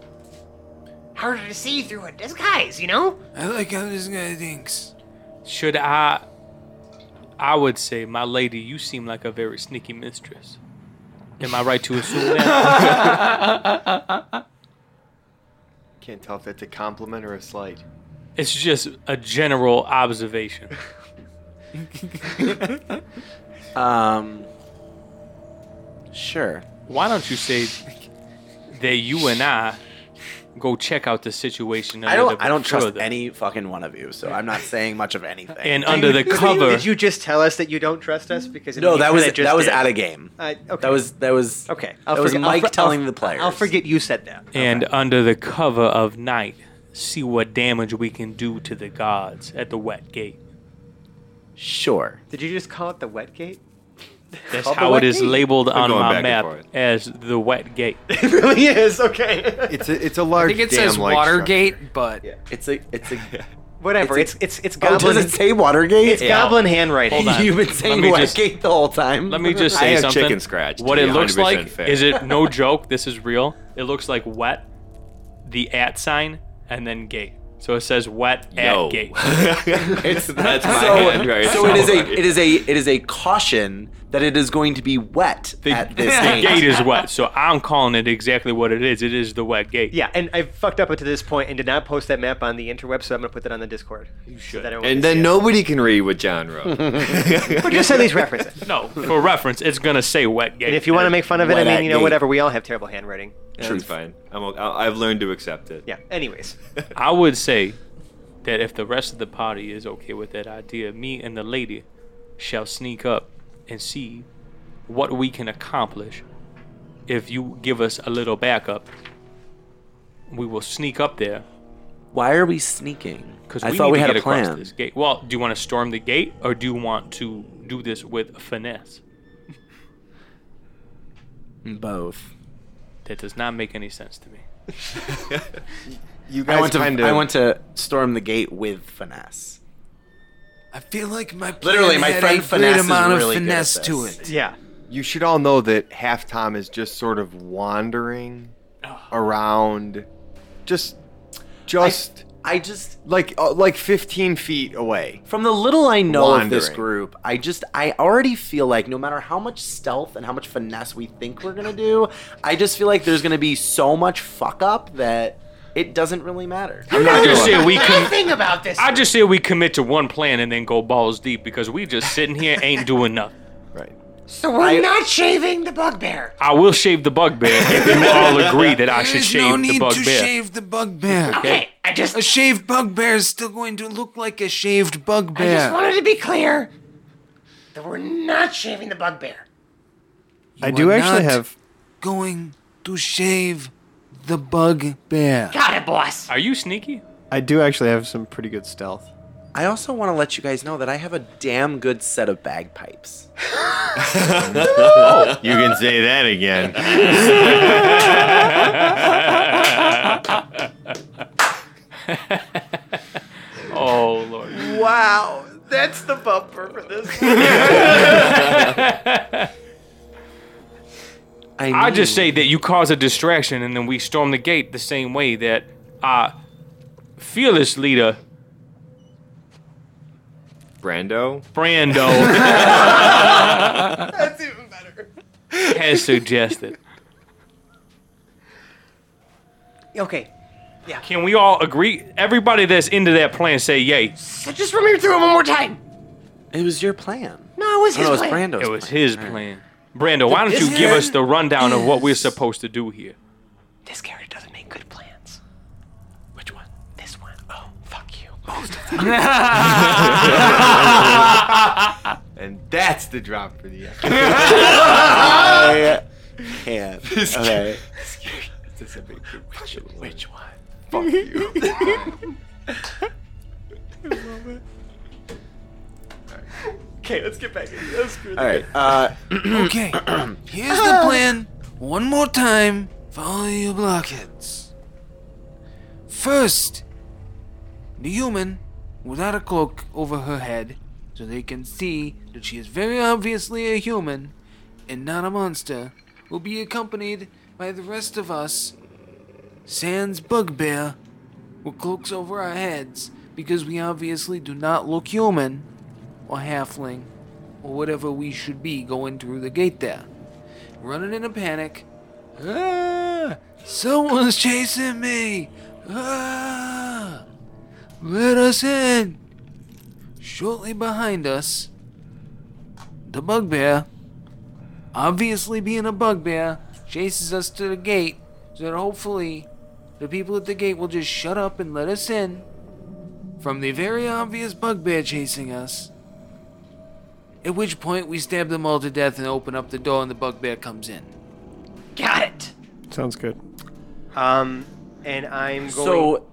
Harder to see through a disguise, you know?
I like how this guy thinks.
Should I? I would say, my lady, you seem like a very sneaky mistress. Am I right to assume that?
Can't tell if that's a compliment or a slight.
it's just a general observation.
Um, sure.
Why don't you say that you and I go check out the situation?
I
a little
don't.
bit
I don't trust
further?
any fucking one of you, so I'm not saying much of anything.
And under the cover,
Did you just tell us that you don't trust us? Because
no, that was
I
that,
just
was
did.
out of game.
I- okay.
That was that was
okay.
that was
forget-
Mike
for-
telling
I'll-
the players.
I'll forget you said that.
and under the cover of night, see what damage we can do to the gods at the wet gate.
Sure.
Did you just call it the wet gate?
That's
Called the
how
wet
it is
gate?
labeled on
going
my
back and
map
forth.
as the wet gate.
It really is. Okay.
It's a it's a large.
I think it
dam
says
like
Watergate, but
It's a it's a.
Whatever. It's it's it's
oh, does
goblin.
it say Watergate?
it's goblin handwriting.
Hold on.
You've been
Let
saying
me
Watergate
just-
the whole time.
Let me just
I
say
have
something.
chicken scratch, to
What
be
it looks
100%
like
fair.
is it no joke. This is real. It looks like wet, the at sign, and then gate. So it says wet
Yo.
at gate.
it's, that's my
so,
hand right
so it is a
there.
it is a it is a caution that it is going to be wet
The,
at this
the
gate.
gate is wet. So I'm calling it exactly what it is. It is the wet gate.
Yeah, and I fucked up up to this point and did not post that map on the interweb, so I'm gonna put that on the Discord. You should.
And then nobody can read what John wrote.
but just at least reference it.
No, for reference, it's gonna say wet gate.
And if you want to make fun of it, I
Wet
mean, you know,
at
whatever. We all have terrible handwriting.
That's fine. I'm, o- I- I've learned to accept it.
Yeah. Anyways,
I would say that if the rest of the party is okay with that idea, me and the lady shall sneak up and see what we can accomplish if you give us a little backup. We will sneak up there
Why are we sneaking?
because
I
we
thought
need
we
to
had
get
a plan.
across this gate. Well, do you want to storm the gate or do you want to do this with finesse?
Both.
That does not make any sense to me.
You
I
guys
want to
kind of.
I want to storm the gate with finesse.
I feel like my plan
Literally, my
had
friend
a
Finesse
great
is
amount
really
of
good at
finesse
this.
to it.
yeah.
You should all know that Half Tom is just sort of wandering around, just, just
I just
like uh, like 15 feet away.
from the little I know of this
Wandering.
group, I just I already feel like no matter how much stealth and how much finesse we think we're gonna do, I just feel like there's gonna be so much fuck up that it doesn't really matter.
I just say we can.
Nothing about this.
I just say we commit to one plan and then go balls deep because we just sitting here ain't doing nothing.
Right.
so we're not shaving the bugbear.
I will shave the bugbear if you all agree that I
There
should
is no
shave the
need to
bugbear.
shave the bugbear.
Okay, I just,
A shaved bugbear is still going to look like a shaved
I
bugbear.
just wanted to be clear that we're not shaving the bugbear.
I
You
do
are
actually
not
have.
going to shave the bugbear.
Got it, boss.
Are you sneaky?
I do actually have some pretty good stealth.
I also want to let you guys know that I have a damn good set of bagpipes.
You can say that again.
Oh lord.
Wow, that's the bumper for this. I,
I just
knew.
say that you cause a distraction and then we storm the gate the same way that our fearless leader
Brando?
Brando has suggested.
Okay.
Can we all agree? Everybody that's into that plan say yay.
So just run me through it one more time.
it was your plan.
No, it was his
No, it was
plan.
Brando's.
It was
plan.
his plan. Brando, why don't you give us the rundown of what we're supposed to do here?
This character doesn't make good plans.
Which one?
This one. Oh, fuck you.
And that's the drop for the episode.
I can't. Okay. Which one?
Okay. Let's get back into this.
All right. Uh,
Okay, here's the plan. One more time, follow your blockheads. First, The human, without a cloak over her head, so they can see that she is very obviously a human and not a monster, will be accompanied by the rest of us, sans bugbear, with cloaks over our heads, because we obviously do not look human or halfling or whatever we should be going through the gate there. Running in a panic. Ah, someone's chasing me! Ah, let us in! Shortly behind us, the bugbear, obviously being a bugbear, chases us to the gate so that hopefully the people at the gate will just shut up and let us in from the very obvious bugbear chasing us. At which point, we stab them all to death and open up the door, and the bugbear comes in.
Got it.
Sounds good.
Um, and I'm going.
So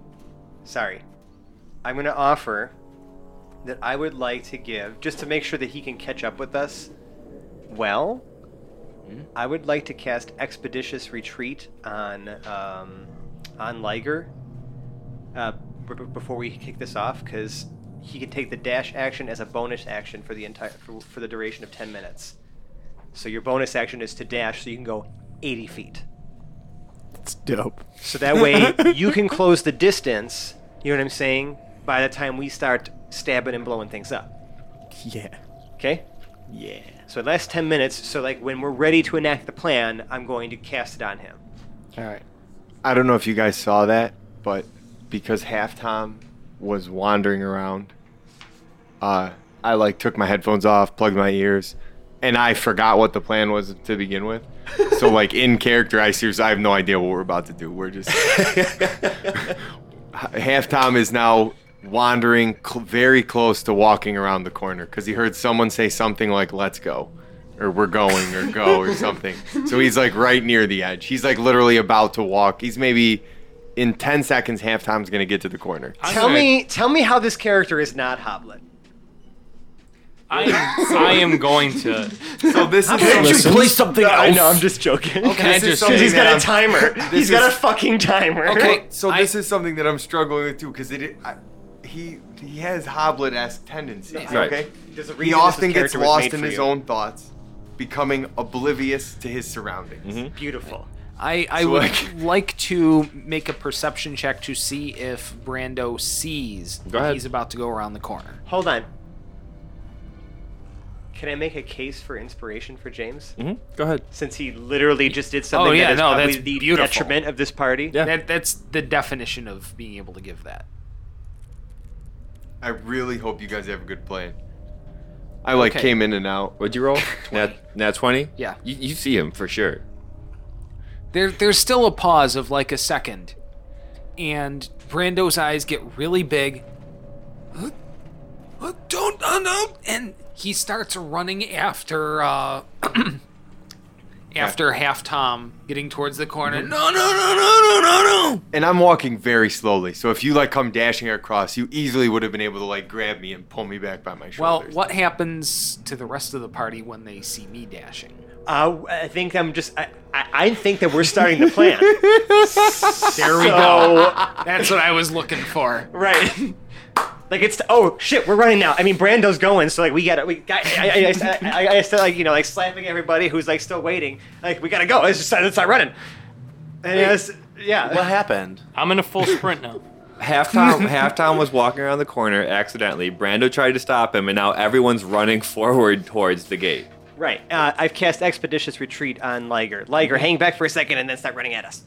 Sorry. I'm going to offer that I would like to give, just to make sure that he can catch up with us well, I would like to cast Expeditious Retreat on, um, on Liger uh, b- b- before we kick this off, because he can take the dash action as a bonus action for the entire for, for the duration of 10 minutes. So your bonus action is to dash, so you can go 80 feet.
It's dope.
So that way you can close the distance, you know what I'm saying, by the time we start stabbing and blowing things up.
Yeah.
Okay?
Yeah.
So it lasts 10 minutes, so like when we're ready to enact the plan, I'm going to cast it on him.
All right.
I don't know if you guys saw that, but because Half Tom was wandering around, uh, I like took my headphones off, plugged my ears, and I forgot what the plan was to begin with. so like in character, I seriously I have no idea what we're about to do. We're just Half Tom is now wandering cl- very close to walking around the corner because he heard someone say something like "Let's go." or we're going or go or something. So he's like right near the edge. He's like literally about to walk. He's maybe in 10 seconds, half time's going to get to the corner.
I'm
Tell
gonna-
me tell me how this character is not Hoblet.
I am, I am going to.
So this is
Can't you Listen. play
something
I know, I'm just joking.
Can I
This is
just?
something
He's got a
that I'm-
timer. He's
is-
got a fucking timer.
Okay, so this is something that I'm struggling with too because it I, he he has hoblet esque tendencies.
Right.
Okay,
There's a
he
reason
often
this
gets
character was
lost
made
in
for
his
you.
own thoughts, becoming oblivious to his surroundings.
Beautiful.
I, I
So,
would
like-
like... to make a perception check to see if Brando sees
Go
that
ahead.
he's about to go around the corner.
Hold on. Can I make a case for inspiration for James?
Mm-hmm, Go ahead.
Since he literally just did something
Oh, yeah,
that is
no,
probably
that's
the
beautiful.
detriment of this party.
Yeah.
That, that's the definition of being able to give that.
I really hope you guys have a good plan. I like
Okay.
came in and out.
What'd you roll? Nat, nat 20?
Yeah.
You, you see him for sure.
There, there's still a pause of like a second, and Brando's eyes get really big. "Huh? Huh? Don't, uh, no!" And he starts running after, uh, after half Tom, getting towards the corner.
Mm-hmm.
No, no, no, no, no, no, no!
And I'm walking very slowly, so if you like come dashing across, you easily would have been able to like grab me and pull me back by my
Well,
shoulders.
what happens to the rest of the party when they see me dashing?
Uh, I think I'm just. I, I, I think that we're starting the plan.
There we go. That's what I was looking for.
right. Like it's oh shit, we're running now. I mean, Brando's going, so like we gotta we got. I I, I, I, I still like you know like slapping everybody who's like still waiting. Like we gotta go. Let's just let's start running. And it's, yeah.
what happened?
I'm in a full sprint now.
Halftime, halftime was walking around the corner accidentally. Brando tried to stop him, and now everyone's running forward towards the gate.
Right. Uh, I've cast Expeditious Retreat on Liger. Liger, hang back for a second and then start running at us.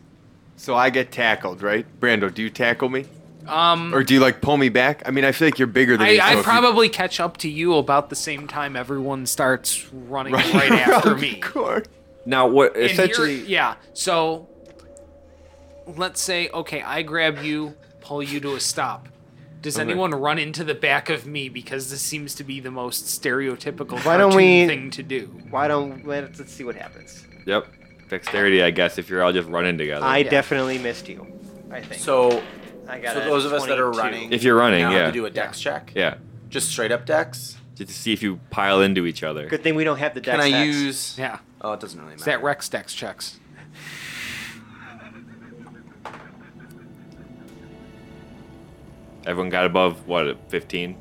so I get tackled, right? Brando, do you tackle me,
Um,
or do you like pull me back? I mean, I feel like you're bigger than me. so
I, I
Oh, if
probably catch up to you about the same time everyone starts running
you...
right, after
around the
me.
corner.
Now, what
And you're-
essentially.
yeah. So let's say, okay, I grab you, pull you to a stop. Does anyone run into the back of me because this seems to be the most stereotypical
Why don't
cartoon
we-
thing to do?
Why don't let's, let's see what happens?
Yep. Dexterity, I guess, if you're all just running together.
I definitely missed you. I think.
So
I got
so
a
those of us that are
22.
running,
If you're running,
now have
yeah.
to do a dex check.
yeah.
Just straight up dex.
Just to see if you pile into each other.
Good thing we don't have the dex
Can I
hacks.
use?
Yeah.
Oh, it doesn't really
It's
matter.
that Rex Dex checks.
Everyone got above what? Fifteen.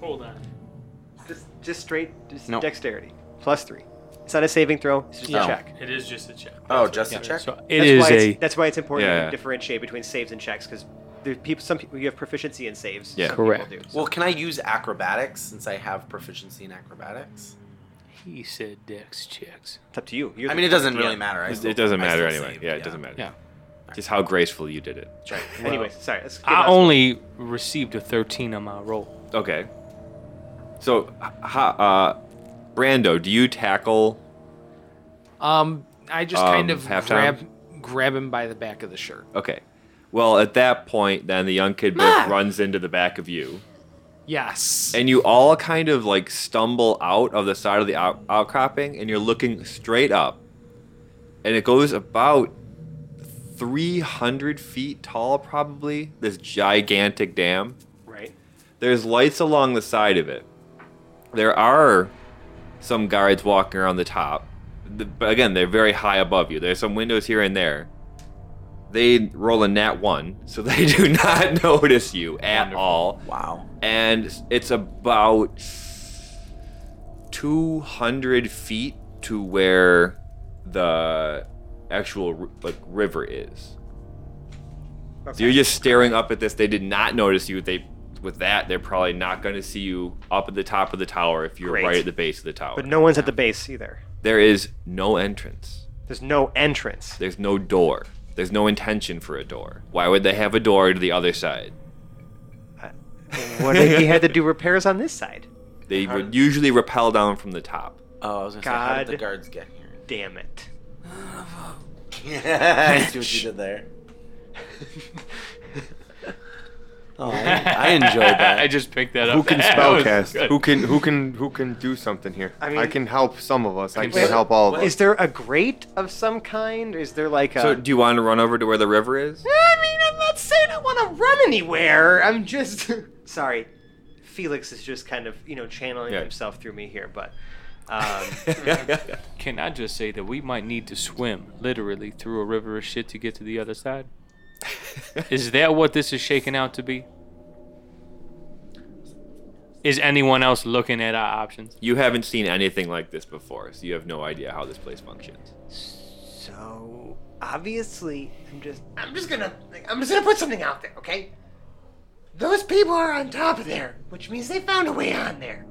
Hold on.
Just, just straight just
No.
dexterity. Plus three. It's not a saving throw, it's just
No.
a check.
It is just a check.
Oh, just a check.
So it
that's
is
why
a
it's, that's why it's important
Yeah.
to differentiate between saves and checks because there's people some people you have proficiency in saves.
Yeah.
some people
Correct.
do.
Well, can I use acrobatics since I have proficiency in acrobatics?
he said dex checks.
It's up to you. You're
I
the-
mean, it doesn't
yeah.
really matter. I
It,
still-
it doesn't
I
matter
still
anyway.
save,
yeah, it doesn't matter.
Yeah.
Just how gracefully you did it.
Anyway, sorry. Let's get
I
back-
only received a 13 on my roll.
Okay. So, h- ha- uh, Brando, do you tackle?
Um, I just
Um,
kind of
halftime?
grab grab him by the back of the shirt.
Okay. Well, at that point, then the young kid both runs into the back of you,
Yes.
and you all kind of like stumble out of the side of the out- outcropping, and you're looking straight up, and it goes about 300 feet tall, probably this gigantic dam.
Right.
There's lights along the side of it. There are some guards walking around the top. The- But again, they're very high above you. There's some windows here and there. They roll a nat one, so they do not notice you at all.
Wow.
And it's about 200 feet to where the actual r- like river is. So you're just staring up at this. They did not notice you. They with that, they're probably not going to see you up at the top of the tower if you're
Great.
right at the base of the tower.
But no one's at the base either.
there is no entrance.
There's no entrance.
There's no door. There's no intention for a door. Why would they have a door to the other side?
what if he had to do repairs on this side?
They would usually rappel down from the top.
Oh, I was gonna say, how did the
God.
guards get here?
Damn it.
I see what you did there. oh, I, I enjoyed that.
I just picked that up.
Who can
That was
spellcast?
good.
Who can who can who can do something here?
I
I,
mean-
can help some of us. I
Wait,
can't help all of
what-
us.
Is there a grate of some kind? Is there like uh, a? Ah,
So, do you want to run over to where the river is?
I mean, I'm not saying I want to run anywhere. I'm just sorry. Felix is just kind of you know channeling
Yeah.
himself through me here, but um,
Can I just say that we might need to swim literally through a river of shit to get to the other side? is that what this is shaking out to be? Is anyone else looking at our options?
you haven't seen anything like this before, so you have no idea how this place functions.
so obviously I'm just
I'm just gonna, like, I'm just gonna put something out there, okay? Those people are on top of there, which means they found a way on there.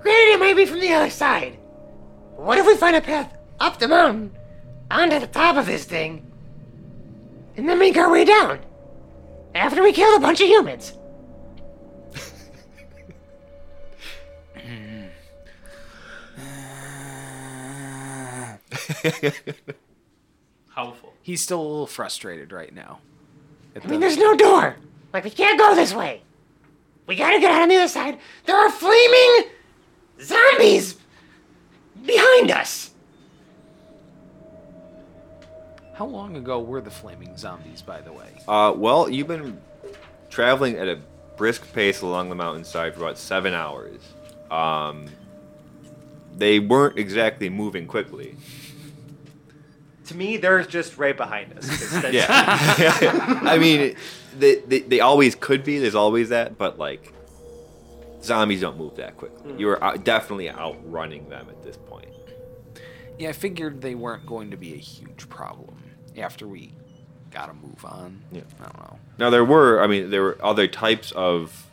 Granted, it might be from the other side. But what if we find a path up the mountain, onto the top of this thing, and then make our way down? After we kill a bunch of humans.
Helpful.
He's still a little frustrated right now.
I mean, there's no door. Like, we can't go this way. We gotta get out on the other side. There are flaming zombies behind us.
How long ago were the flaming zombies, by the way?
Uh, well, you've been traveling at a brisk pace along the mountainside for about seven hours. Um, they weren't exactly moving quickly.
to me they're just right behind us. It's- that's-
Yeah. I mean, they, they, they always could be. There's always that, but like, zombies don't move that quickly. You are out, definitely outrunning them at this point.
Yeah, I figured they weren't going to be a huge problem after we gotta move on.
Yeah.
I don't know.
Now there were, I mean, there were other types of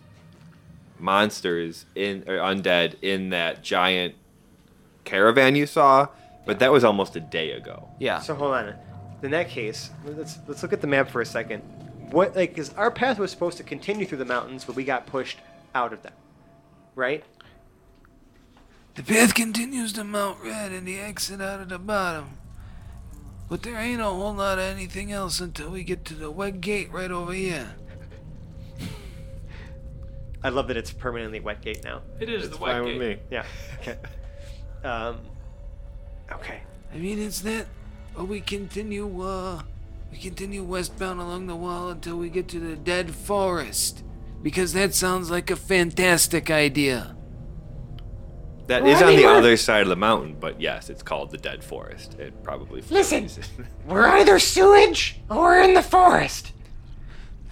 monsters in or undead in that giant caravan you saw, but that was almost a day ago.
Yeah.
So hold on. In that case, let's let's look at the map for a second. What like because our path was supposed to continue through the mountains, but we got pushed out of them, right?
The path continues to Mount Red and the exit out of the bottom. But there ain't a whole lot of anything else until we get to the wet gate right over here.
I love that it's permanently wet gate now.
It is the
Fine with me.
Yeah. Okay. um, okay.
I mean, it's that, but we continue, uh, we continue westbound along the wall until we get to the dead forest. Because that sounds like a fantastic idea.
That
Well,
is
I
on
mean,
the
we're-
other side of the mountain, but yes, it's called the Dead Forest. It probably
Listen.
flows.
We're either sewage or in the forest.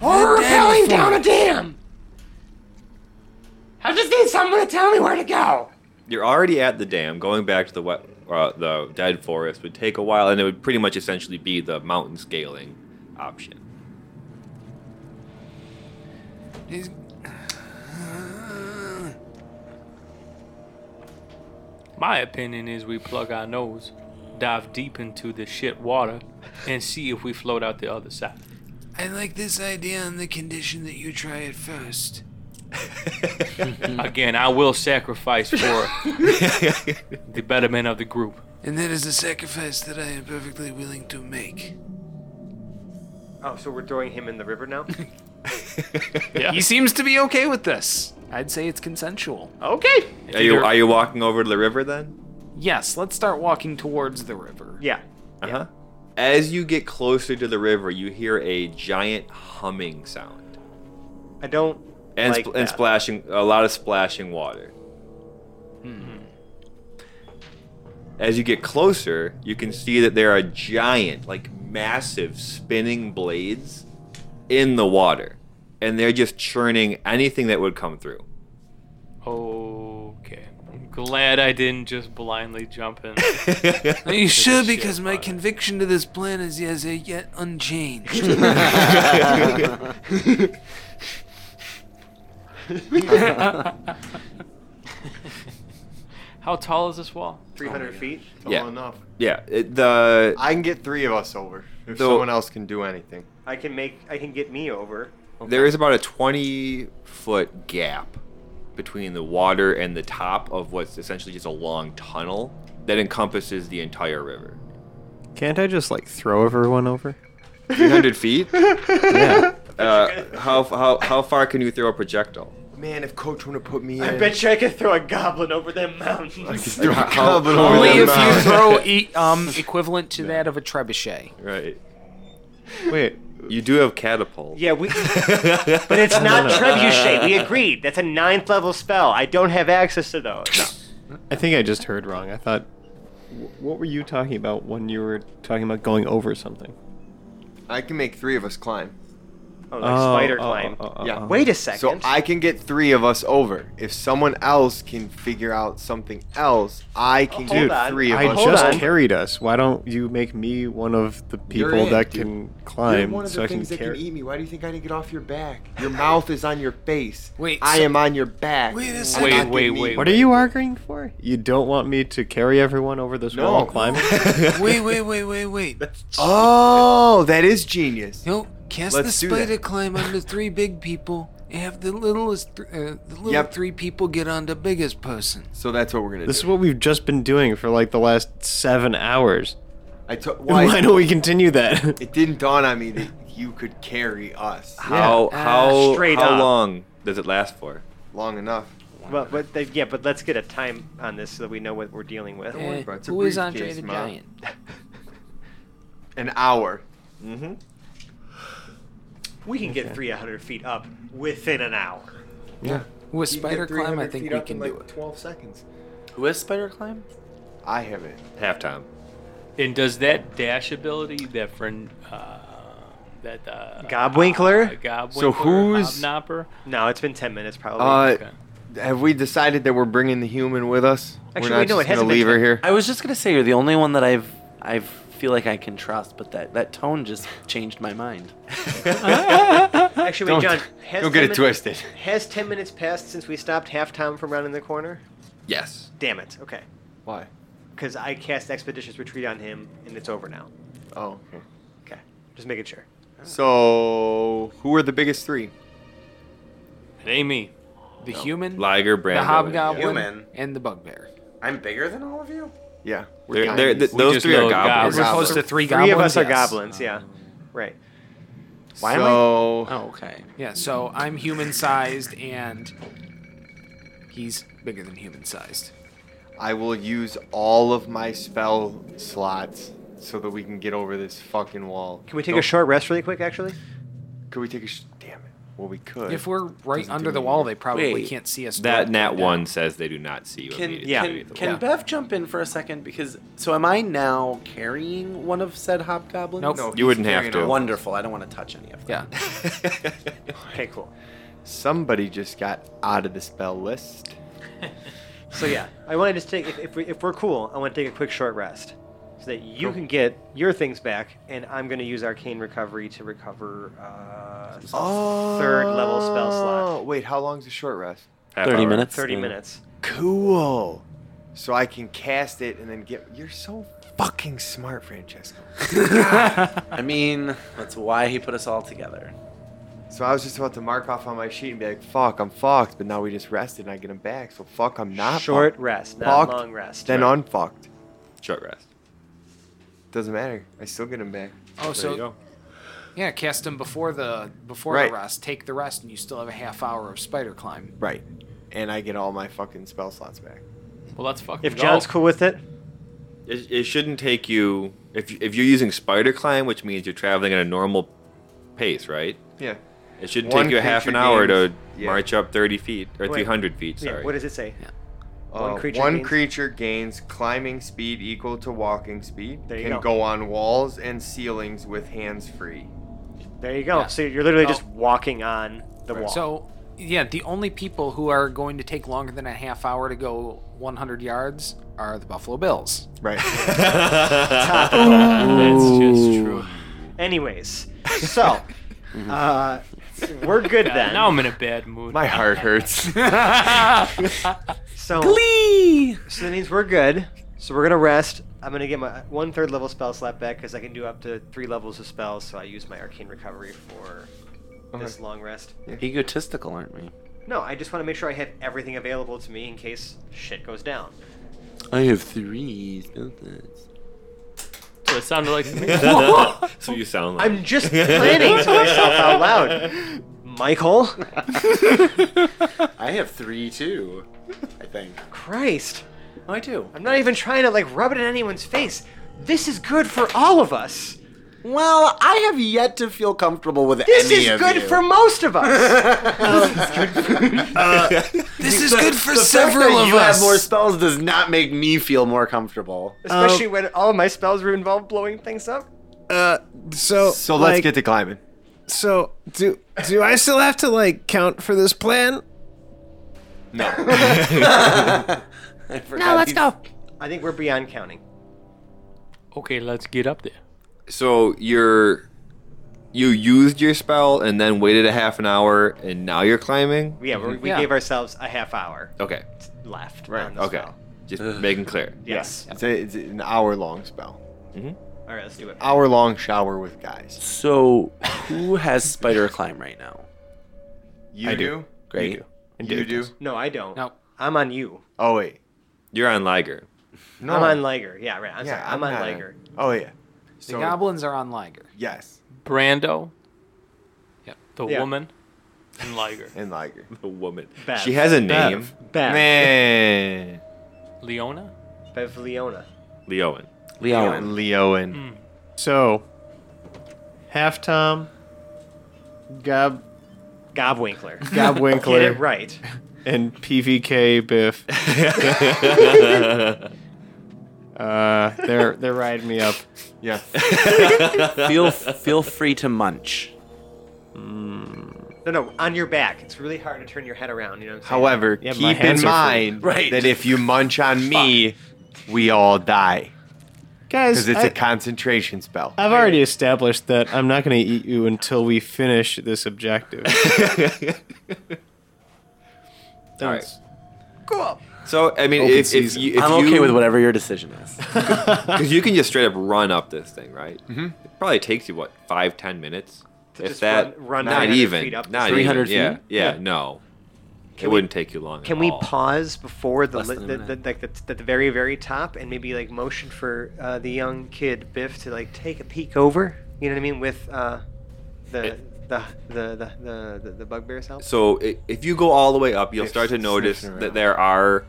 Or
The damn
we're rappelling down a
forest.
dam. I just need someone to tell me where to go.
You're already at the dam. Going back to the wet, uh, the dead forest would take a while, and it would pretty much essentially be the mountain scaling option.
My opinion is we plug our nose, dive deep into the shit water, and see if we float out the other side.
I like this idea on the condition that you try it first.
Again, I will sacrifice for the betterment of the group.
And that is a sacrifice that I am perfectly willing to make.
Oh, so we're throwing him in the river now?
He seems to be okay with this. I'd say it's consensual.
okay.
Are you are you walking over to the river then?
Yes, let's start walking towards the river.
Yeah.
Uh huh. As you get closer to the river, you hear a giant humming sound
I don't.
and
like
spl- and
that.
splashing a lot of splashing water.
Hmm.
As you get closer, you can see that there are giant, like massive spinning blades in the water, and they're just churning anything that would come through.
Okay. I'm glad I didn't just blindly jump in.
Are you sure?
shit
Because my
about it.
conviction to this plan is as yet unchanged.
How tall is this wall?
300 feet.
Yeah.
enough.
Yeah, it, the
I can get three of us over if
Though-
someone else can do anything.
I can make. I can get me over.
There is about a 20 foot gap between the water and the top of what's essentially just a long tunnel that encompasses the entire river.
Can't I just like throw everyone over?
300 feet? Uh, how, how, how far can you throw a projectile?
Man, if Coach want to put me in,
I bet you I could throw a goblin over them mountains.
throw a
How-
goblin over
Only
them
if you
mountains.
throw e- um equivalent to that of a trebuchet.
Right.
Wait,
You do have catapult.
yeah, we. but it's not trebuchet. We agreed. That's a ninth level spell. I don't have access to those.
I think I just heard wrong. I thought, wh- what were you talking about when you were talking about going over something?
I can make three of us climb.
Oh, like spider climb.
Yeah.
Wait a second.
So I can get three of us over. If someone else can figure out something else, I can
Hold
get
on.
three of
I
us.
Hold
just
on.
carried us. Why don't you make me one of the people
in,
that
dude.
can climb so I can carry?
me. Why do you think I didn't get off your back? Your mouth is on your face.
Wait,
I
so-
am on your back.
Wait a
I'm
second.
not
Wait, wait,
getting eaten.
wait,
What are you arguing for? You don't want me to carry everyone over this
No.
wall climbing?
wait, wait, wait, wait, wait.
Oh, that is genius.
No, cast
Let's
the
do that.
spider climb on the three big people and have the littlest, th- uh, the little
Yep.
three people get on the biggest person.
So that's what we're gonna
This is
do.
what we've just been doing for like the last seven hours.
I to-
Why,
why,
don't we continue that?
It didn't dawn on me that you could carry us
How,
Ah,
how,
Uh, straight
how
up.
long does it last for?
long enough.
well, but they, yeah, but let's get a time on this so that we know what we're dealing with.
Uh,
bro, it's a
who is Andre
briefcase,
the
Ma.
Giant?
An hour.
Mm-hmm. We can get 300 feet up within an hour.
With
You can get
spider climb, I
300
think
feet
we
up
can
in,
do
like,
it.
Twelve seconst
Who has spider climb?
I have it.
Halftime.
And does that dash ability that friend uh, that uh,
Gobwinkler?
uh, Gobwinkler,
So who's-
Hobnopper?
No, it's been 10 minutes probably.
Uh,
Okay.
have we decided that we're bringing the human with us? we're
Actually,
not
wait, no,
just
it
gonna
hasn't been
leave her
ten-
here.
I was just gonna say you're the only one that I've I feel like I can trust, but that that tone just changed my mind.
Actually, wait,
don't-
John. Has
don't get
10
it
minutes-
twisted.
Has 10 minutes passed since we stopped halftime from rounding the corner?
Yes.
Damn it. Okay.
Why?
Because I cast Expeditious Retreat on him, and it's over now.
Oh, okay.
Okay. Just making sure.
So, who are the biggest three?
It ain't me.
The human,
Liger, Brando.
the
and-
hobgoblin,
Human.
and the bugbear.
I'm bigger than all of you.
Yeah.
They're,
we're
they're,
guys.
th-
We
those
just
three are
know
goblins.
goblins.
As opposed to
Goblin.
three
Three
goblins.
of us are
yes.
goblins, yeah. Right.
Why
so,
am I? Oh, okay.
Yeah, so I'm human sized and he's bigger than human sized.
I will use all of my spell slots so that we can get over this fucking wall.
Can we take a short rest really quick, actually?
Could we take a? Sh- damn it. Well, we could.
If we're right
Doesn't
under
do
the
any
wall,
good.
they probably
Wait.
can't see us.
That
now.
nat one says they do not see you
Can
immediately.
yeah.
immediately.
can, can Bev jump in for a second because so am I now carrying one of said hobgoblins?
Nope.
No,
You wouldn't have
carrying
to.
on.
Wonderful. I don't want to touch any of them.
Yeah.
Okay, cool.
Somebody just got out of the spell list.
So yeah, I want to just take if, if, we, if we're cool, I want to take a quick short rest, so that you can get your things back, and I'm going to use Arcane Recovery to recover uh, third level spell
Oh,
slot,
Wait, how long's a short rest?
Half
30
hour.
minutes.
thirty
Yeah.
minutes.
Cool. So I can cast it and then get. You're so fucking smart, Francesco.
I mean, that's why he put us all together.
So I was just about to mark off on my sheet and be like, "Fuck, I'm fucked," but now we just rested and I get him back. So fuck, I'm not
short
fucked.
rest, not
Fucked,
long rest.
Then unfucked.
Short rest.
Doesn't matter. I still get him back.
Oh,
There you
so
go.
yeah, cast him before the before
Right.
the rest. Take the rest, and you still have a half hour of spider climb.
Right. And I get all my fucking spell slots back.
Well, let's fucking
if
go.
John's cool with it,
It, it shouldn't take you if you- if you're using spider climb, which means you're traveling at a normal pace, right?
Yeah.
It should
One
take you a half an
creature
hour to
gains- yeah.
march up 30 feet or
Wait.
300 feet.
yeah,
Sorry.
what does it say?
One, creature, Uh,
creature
one
gains-
gains... creature gains climbing speed equal to walking speed.
There you
can
go.
go. on walls and ceilings with hands free.
There you go.
Yeah.
So you're literally just
Oh.
walking on the wall.
So yeah, the only people who are going to take longer than a half hour to go 100 yards are the Buffalo Bills.
Right.
That's just true.
Anyways, so uh, we're good
God,
then.
now I'm in a bad mood.
my heart hurts.
So, so that means we're good. So we're gonna rest. I'm gonna get my one third level spell slot back because I can do up to three levels of spells. So I use my arcane recovery for
Oh
this long rest.
Egotistical, aren't we?
No, I just want to make sure I have everything available to me in case shit goes down.
I have three spell slots.
That's what it sounded like to me.
so you sound like.
I'm just planning to myself out loud, Michael.
I have three too. I think.
Christ,
Oh, I do.
I'm not even trying to like rub it in anyone's face. This is good for all of us.
Well, I have yet to feel comfortable with
This
any
is
of
good
you.
for most of us.
This is good for
The fact
several
that
of
you
us.
have more spells does not make me feel more comfortable.
Um,
Especially when all of my spells were involved blowing things up.
Uh, so
so let's
like,
get to climbing.
So do do I still have to like count for this plan?
I no, let's go.
I think we're beyond counting.
okay, let's get up there.
So you're you used your spell and then waited a half an hour and now you're climbing.
Yeah, we we
Yeah.
gave ourselves a half hour
Okay.
left.
Right,
On the
Okay.
spell.
Just making clear.
Yes.
It's, a, it's an hour long spell. Mm-hmm.
All right, let's do it.
Hour long shower with guys.
So, who has spider climb right now?
You
I do.
do.
Great.
You do. And you do.
No, I don't.
No.
I'm on you.
Oh wait.
You're on Liger.
No.
I'm on Liger. Yeah, right. I'm
Yeah,
sorry. I'm, on
not
Liger.
Oh yeah.
The
So
goblins are on Liger.
yes,
Brando.
Yep.
The
Yeah.
woman. And Liger.
and Liger.
The woman.
Bev.
She has a name.
Bev.
Man.
Leona.
Bev Leona.
Leowen.
Leon.
Leoin.
Hmm. So, half Tom, Gob,
Gobwinkler.
Gob
Get it
Winkler,
right.
and PVK Biff. uh, they're they're riding me up.
Yeah.
feel feel free to munch.
Hmm.
No, no, on your back. It's really hard to turn your head around. You know. What I'm saying?
However,
Yeah, my
keep in
hands are free.
mind
Right.
that if you munch on me, we all die
Guys,
because it's
I,
a concentration spell.
I've already established that I'm not going to eat you until we finish this objective.
All right.
That's-
So I mean, if, if you, if
I'm okay
you-
with whatever your decision is.
Because you can just straight up run up this thing, right? Mm-hmm. It probably takes you what five, ten minutes. if
just
that,
run- run
not
900
even,
feet up
not
this
300
300
even,
feet?
Yeah, yeah, no, it wouldn't take you long.
Can
at
we
all.
pause before the,
Oh. Less
li-
than a
the, the
minute.
like the, the, very very top and maybe like motion for uh, the young kid Biff to like take a peek over? You know what I mean? With uh, the, the, the, the the the the bugbear's help.
So i- if you go all the way up, you'll
It's
start to notice
sniffing
that
around.
there are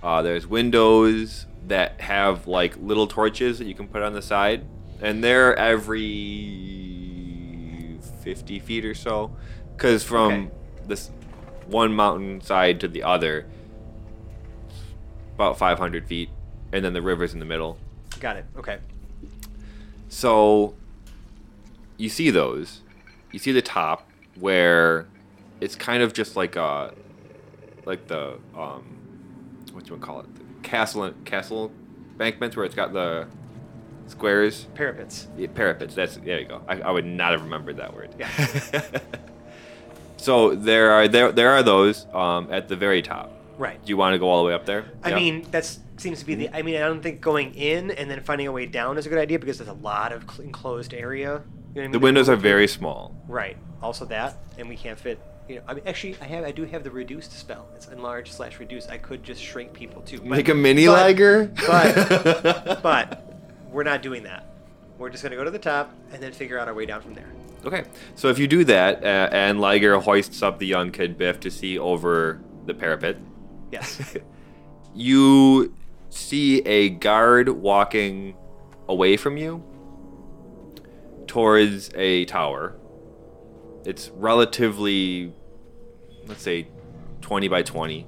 uh, there's windows that have like little torches that you can put on the side, and they're every fifty feet or so, because from
Okay.
this one mountain side to the other, about five hundred feet, and then the river's in the middle.
Got it. Okay.
So you see those. You see the top where it's kind of just like uh like the um what you want to call it the castle castle bankments where it's got the squares
Parapets.
yeah, parapets. That's there you go. I, I would not have remembered that word. so there are there there are those um, at the very top.
Right.
Do you want to go all the way up there?
I
Yeah. Mm-hmm.
mean, that seems to be the. I mean, I don't think going in and then finding a way down is a good idea because there's a lot of cl- enclosed area. You know what I mean?
the windows are very small.
Right. Also that, and we can't fit. You know, I mean, actually, I have. I do have the reduced spell. It's enlarge slash reduce. I could just shrink people too. But,
Make a mini
but-
liger.
But but we're not doing that. We're just gonna go to the top and then figure out our way down from there.
Okay. So if you do that, uh, and Liger hoists up the young kid Biff to see over the parapet,
Yes.
you see a guard walking away from you towards a tower. It's relatively, let's say, 20 by 20.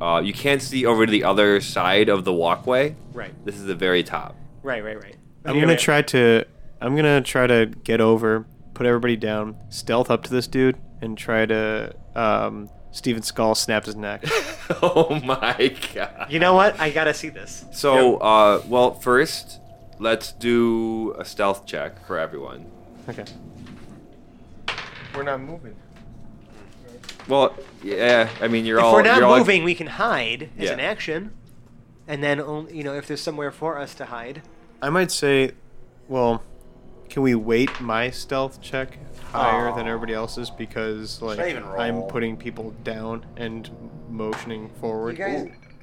Uh, you can't see over to the other side of the walkway.
right.
This is the very top.
Right. Right. Right.
I'm gonna try to. I'm gonna try to get over, put everybody down, stealth up to this dude, and try to. Um, Steven Skull snapped his neck.
oh my god.
You know what? I gotta see this.
So, uh, well, first, let's do a stealth check for everyone.
Okay.
We're not moving.
Well, yeah, I mean, you're
if
all.
we're not
you're all-
moving, we can hide as
Yeah.
an action, and then only you know if there's somewhere for us to hide.
I might say, well, can we weight my stealth check higher than everybody else's because like
I even
I'm
roll?
putting people down and motioning forward.
you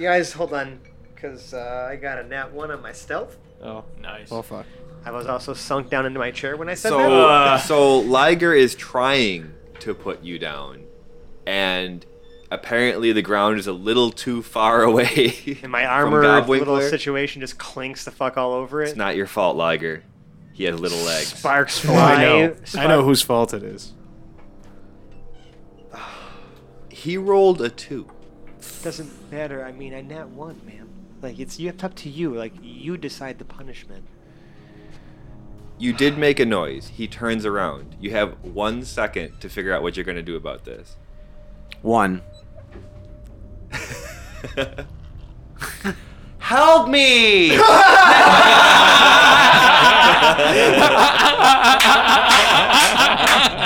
guys, hold on, because uh, I got a nat one on my stealth.
Oh,
Nice.
well, fuck.
I was also sunk down into my chair when I said
so,
that.
Uh.
so Liger is trying to put you down, and apparently the ground is a little too far away.
and my
from
armor little
Gobwinkler.
situation just clinks the fuck all over it.
It's not your fault, Liger. He has little legs.
Sparks fly.
I know. I
spark-
know whose fault it is.
he rolled a two.
Doesn't matter. I mean, I nat one, man. Like it's you. It's up to you. Like you decide the punishment.
You did make a noise. He turns around. You have one second to figure out what you're going to do about this.
One. Help me!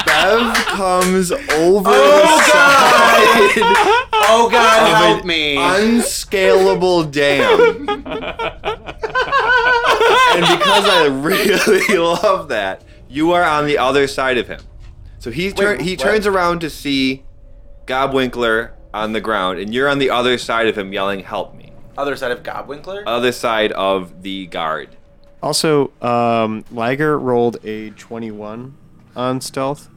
Bev comes over the side,
Oh God, help
an
me!
unscalable dam.
and because I really love that, you are on the other side of him. So he tur- he turns around to see Gobwinkler on the ground, and you're on the other side of him yelling, "Help me!"
Other side of Gobwinkler.
Other side of the guard.
Also, um, Liger rolled a 21 on stealth.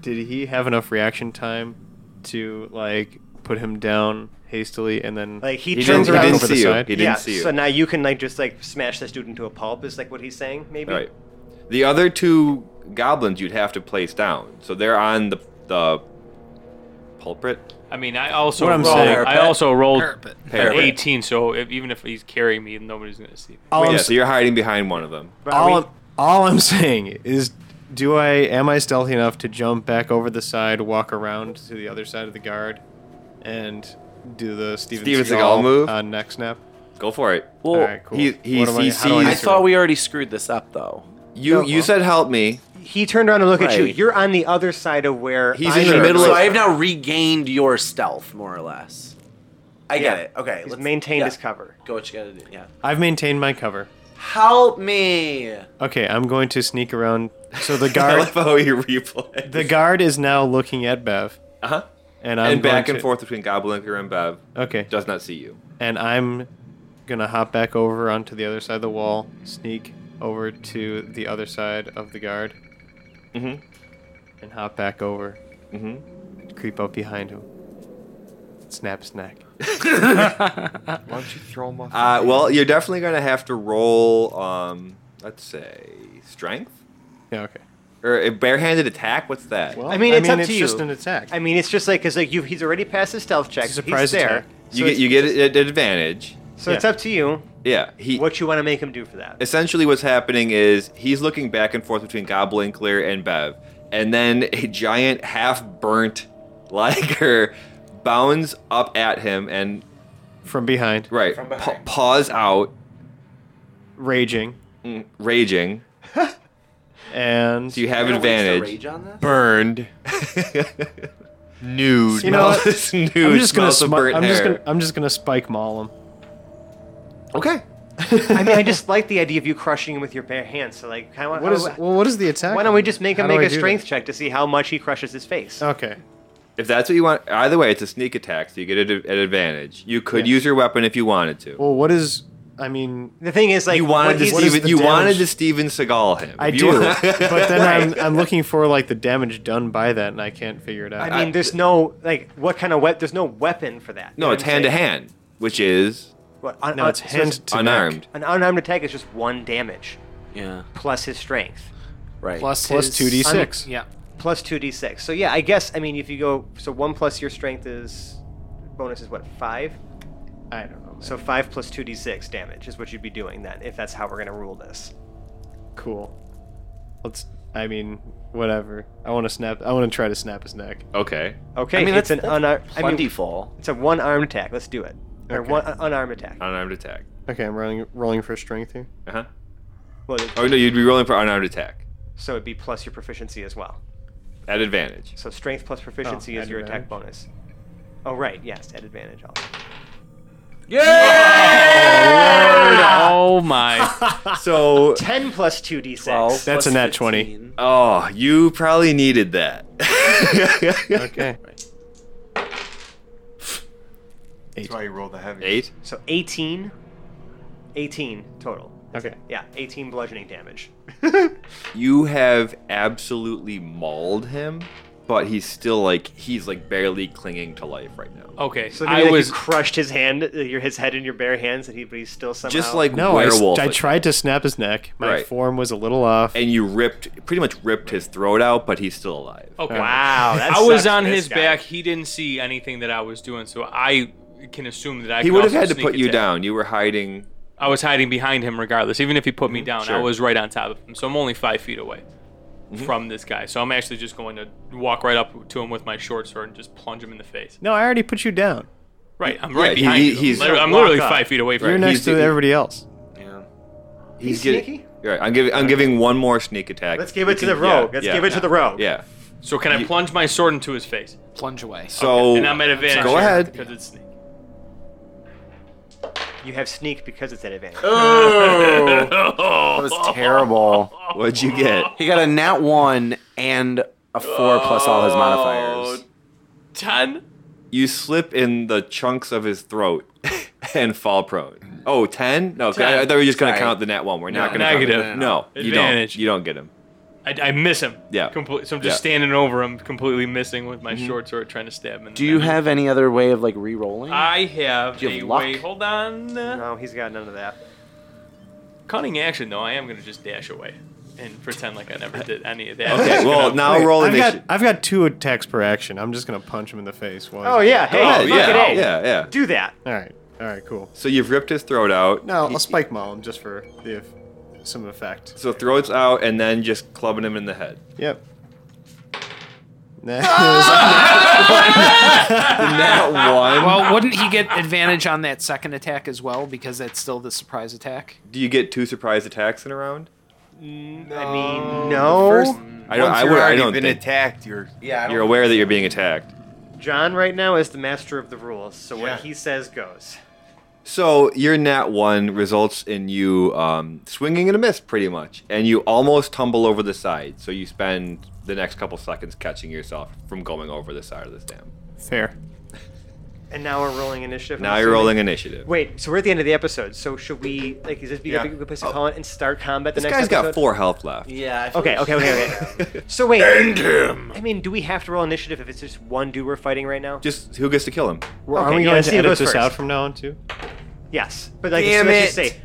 Did he have enough reaction time to like put him down hastily and then
Like he,
He didn't,
turns
he
around.
didn't
over the
see you.
side?
He didn't
yeah.
see you.
So now you can like just like smash this dude into a pulp. Is like what he's saying, maybe.
All right. The other two goblins you'd have to place down, so they're on the the pulpit.
I mean, I also
What I'm
rolled,
saying-
I also rolled an
Parapet.
18, so if, even if he's carrying me, nobody's gonna see. Me.
all, I'm,
Oh, yeah,
s-
so you're hiding behind one of them.
But are
all,
we-
I'm, all I'm saying is do I am I stealthy enough to jump back over the side, walk around to the other side of the guard and do the Steven,
Steven Seagal
Seagal
move?
uh, neck snap?
Go for it.
Well,
All right, cool.
He he,
What am I-
he
how do I
I
sees
thought we already screwed this up though.
you. You said help me.
He turned around and looked at you.
Right.
You're on the other side of where
He's
I
in the
am.
middle
So
of-
I have now regained your stealth, more or less. I get
Yeah.
it. Okay,
He's
let's-
maintained
yeah.
his cover.
Go what you gotta do. Yeah.
I've maintained my cover.
Help me!
Okay, I'm going to sneak around so the guard
how he replay.
The guard is now looking at Bev,
uh huh.
and I'm
And back
going
and
to-
forth between Goblinker and Bev
Okay,
does not see you.
and I'm gonna hop back over onto the other side of the wall, sneak over to the other side of the guard,
Mhm.
and hop back over,
Mm-hmm.
creep up behind him, snap his neck.
Why don't you throw him off?
Uh, well, you're definitely gonna have to roll. Um, let's say strength
Yeah, okay.
or a barehanded attack. What's that?
Well,
I mean, it's up to you.
just an attack.
I mean, it's just like because like you, he's already passed his stealth check.
It's a
he's
surprise
there,
attack.
you get you get an advantage.
so it's
Yeah.
up to you
Yeah. He
what you want to make him do for that.
essentially what's happening is he's looking back and forth between Goblinkler and Bev, and then a giant half burnt liger bounds up at him and
From behind,
right pa- paws out
raging,
mm, raging
and
so you have advantage
Rage on this?
Burned. Nude.
You know what?
Smells- nude,
I'm just gonna.
smells of
smi-
burnt
I'm just
hair.
gonna. I'm just gonna spike maul him.
okay
I mean, I just like the idea of you crushing him with your bare hands. So like, kind of,
What is? Well, what is the attack?
why don't we just make him
How do
make
I
a
do that?
strength check to see how much he crushes his face?
Okay.
if that's what you want either way it's a sneak attack so you get it at advantage you could use your weapon if you wanted to
Well, what is? I mean,
the thing is, like,
you
what
wanted to
he's-
what is
Steven,
the
you wanted
damage?
to Steven Seagal him
I
If
do,
you-
but then I'm, I'm looking for like the damage done by that, and I can't figure it out.
I mean, there's no like, what kind of weapon? There's no weapon for that. You know
no
what
it's
I'm
hand to
saying?
hand which is
What, un-
no,
un-
it's
so
hand to neck.
unarmed
An unarmed attack is just one damage
Yeah.
plus his strength
Right.
Plus
his-
2d6.
yeah.
plus two d six. So yeah, I guess I mean if you go so one plus your strength is bonus is what five.
I don't know.
So five plus two d six damage is what you'd be doing then if that's how we're gonna rule this.
Cool. Let's. I mean, whatever. I want to snap. I want to try to snap his neck.
okay
Okay,
I mean,
it's
that's,
an
that's
unarmed. I mean,
plentiful.
it's a one armed attack. Let's do it. Or
Okay.
one uh, unarmed attack.
unarmed attack
Okay, I'm rolling rolling for strength here.
uh huh
Well, it-
oh no you'd be rolling for unarmed attack
so it'd be plus your proficiency as well.
at advantage
So strength plus proficiency
Oh,
is
at
your attack bonus. Oh right, yes, at advantage. Also.
Oh my!
so
Ten plus two d six.
Twelve
That's
plus
a nat 20.
15.
oh you probably needed that
Okay.
That's why you roll the heavy.
eight
So 18. 18 total.
Okay.
Yeah, 18 bludgeoning damage.
you have absolutely mauled him but he's still like he's like barely clinging to life right now
Okay,
So
I was.
you crushed his hand, uh, your his head in your bare hands, and he but he's still somehow.
just like
No, I, s-
werewolf
I tried to snap his neck. My
Right.
form was a little off.
and you ripped pretty much ripped his throat out but he's still alive
Okay.
Wow, that
I was
sucks
on
for
his
this guy.
back. He didn't see anything that I was doing, so I can assume that I.
he
could
would have
also
had to
sneak
put you
attack.
down you were hiding
I was hiding behind him, regardless. Even if he put me down, I
Mm-hmm. sure. Mm-hmm.
was right on top of him, so I'm only five feet away from this guy. So I'm actually just going to walk right up to him with my short sword and just plunge him in the face.
no, I already put you down.
Right, I'm
Yeah,
right
he-
behind
he-
you.
he's-
Literally- I'm
Walk
literally
up.
five feet away from
You're
him.
he's
next to
the-
everybody else.
Yeah.
He's,
sneaky?
Right, I'm giving I'm giving one more sneak attack.
Let's give it to
You
the
can- yeah,
rogue. Let's
yeah,
give it to the rogue.
Yeah.
So can I plunge my sword into his face?
Plunge away.
So
and I'm at advantage.
Go
here
ahead.
Because it's sneak.
You have sneak because it's at advantage.
That was terrible.
What'd you get?
He got a nat one and a four plus all his modifiers.
Oh, Ten.
You slip in the chunks of his throat and fall prone. Oh, 10? No, 'cause I, I thought we were just going to
Sorry.
count the net one. We're not
No,
going to
negative.
Count. No, you don't.
Advantage.
You don't get him.
I, I miss him.
Yeah.
Comple- so I'm just
Yeah. Mm-hmm.
standing over him, completely missing with my short sword, trying to stab him. in the
Do you
neck.
have any other way of like re-rolling?
I have
Do you
a
have luck?
way. Hold on.
No, he's got none of that.
Cunning action, though. I am gonna just dash away and pretend like I never did any of that.
Okay, well, now
Wait,
roll
I've
initiative.
got, I've got two attacks per action. I'm just gonna punch him in the face. While
Oh
he's-
yeah, hey,
oh,
fuck
yeah,
it, hey.
yeah, yeah.
Do that.
All right. All right. Cool.
So you've ripped his throat out.
No, I'll spike maul him just for the eff- some effect.
So throat's out and then just clubbing him in the head.
Yep. Nah,
That one.
Well, wouldn't he get advantage on that second attack as well because that's still the surprise attack?
Do you get two surprise attacks in a round?
I mean, no.
First,
I don't. I,
I
would, I
already
don't
been
think.
attacked. You're
yeah.
You're aware that you're being attacked.
John right now is the master of the rules, so
Yeah.
what he says goes.
So your nat one results in you um, swinging and a miss, pretty much, and you almost tumble over the side. So you spend the next couple seconds catching yourself from going over the side of this dam.
fair.
And now we're rolling initiative. I'm
Now you're
assuming.
rolling initiative.
Wait, so we're at the end of the episode. So should we like is this be
Yeah.
a good place to call it and start combat the
this guy's
next
got
episode?
four health left.
Yeah. I feel
Okay,
like-
okay, okay, okay. so wait. End him. I mean, do we have to roll initiative if it's just one dude we're fighting right now?
Just who gets to kill him?
Well, Are we
yeah,
going
let's
to
see who
edit
goes
this
first.
out from now on too?
Yes, but like
Damn
so let's just
it.
say,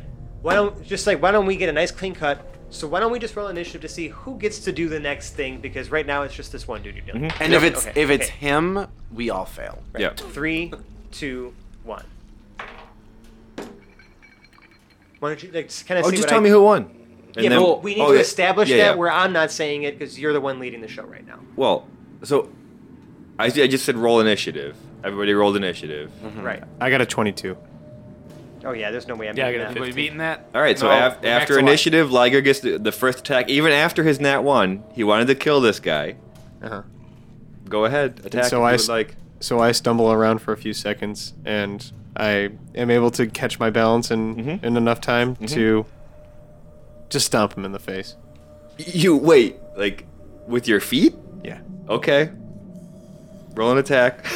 why don't just like why don't we get a nice clean cut? So why don't we just roll initiative to see who gets to do the next thing? Because right now it's just this one dude you're dealing. with.
Mm-hmm. And if it's
Okay,
if it's
okay.
him, we all fail.
Mm-hmm. Yeah.
Three, two, one. Why don't you like kind of
Oh,
see
just
what
tell
I-
me who won. And
yeah,
then-
but we need
oh,
to
yeah,
establish
yeah,
that
yeah.
where I'm not saying it because you're the one leading the show right now.
Well, so I, I just said roll initiative. Everybody rolled initiative.
Right.
I got a 22.
Oh yeah, there's no way I'm
Yeah, I
doing
got a
that.
Are we beating that?
All right, so
No,
af-
we're next
after
to one.
initiative, Liger gets the, the first attack. Even after his nat one, he wanted to kill this guy.
Uh-huh.
Go ahead, attack.
so
if you
I
would
s-
like.
So I stumble around for a few seconds, and I am able to catch my balance in,
Mhm.
in enough time to just stomp him in the face.
You wait, like with your feet?
Yeah.
Okay. Roll an attack.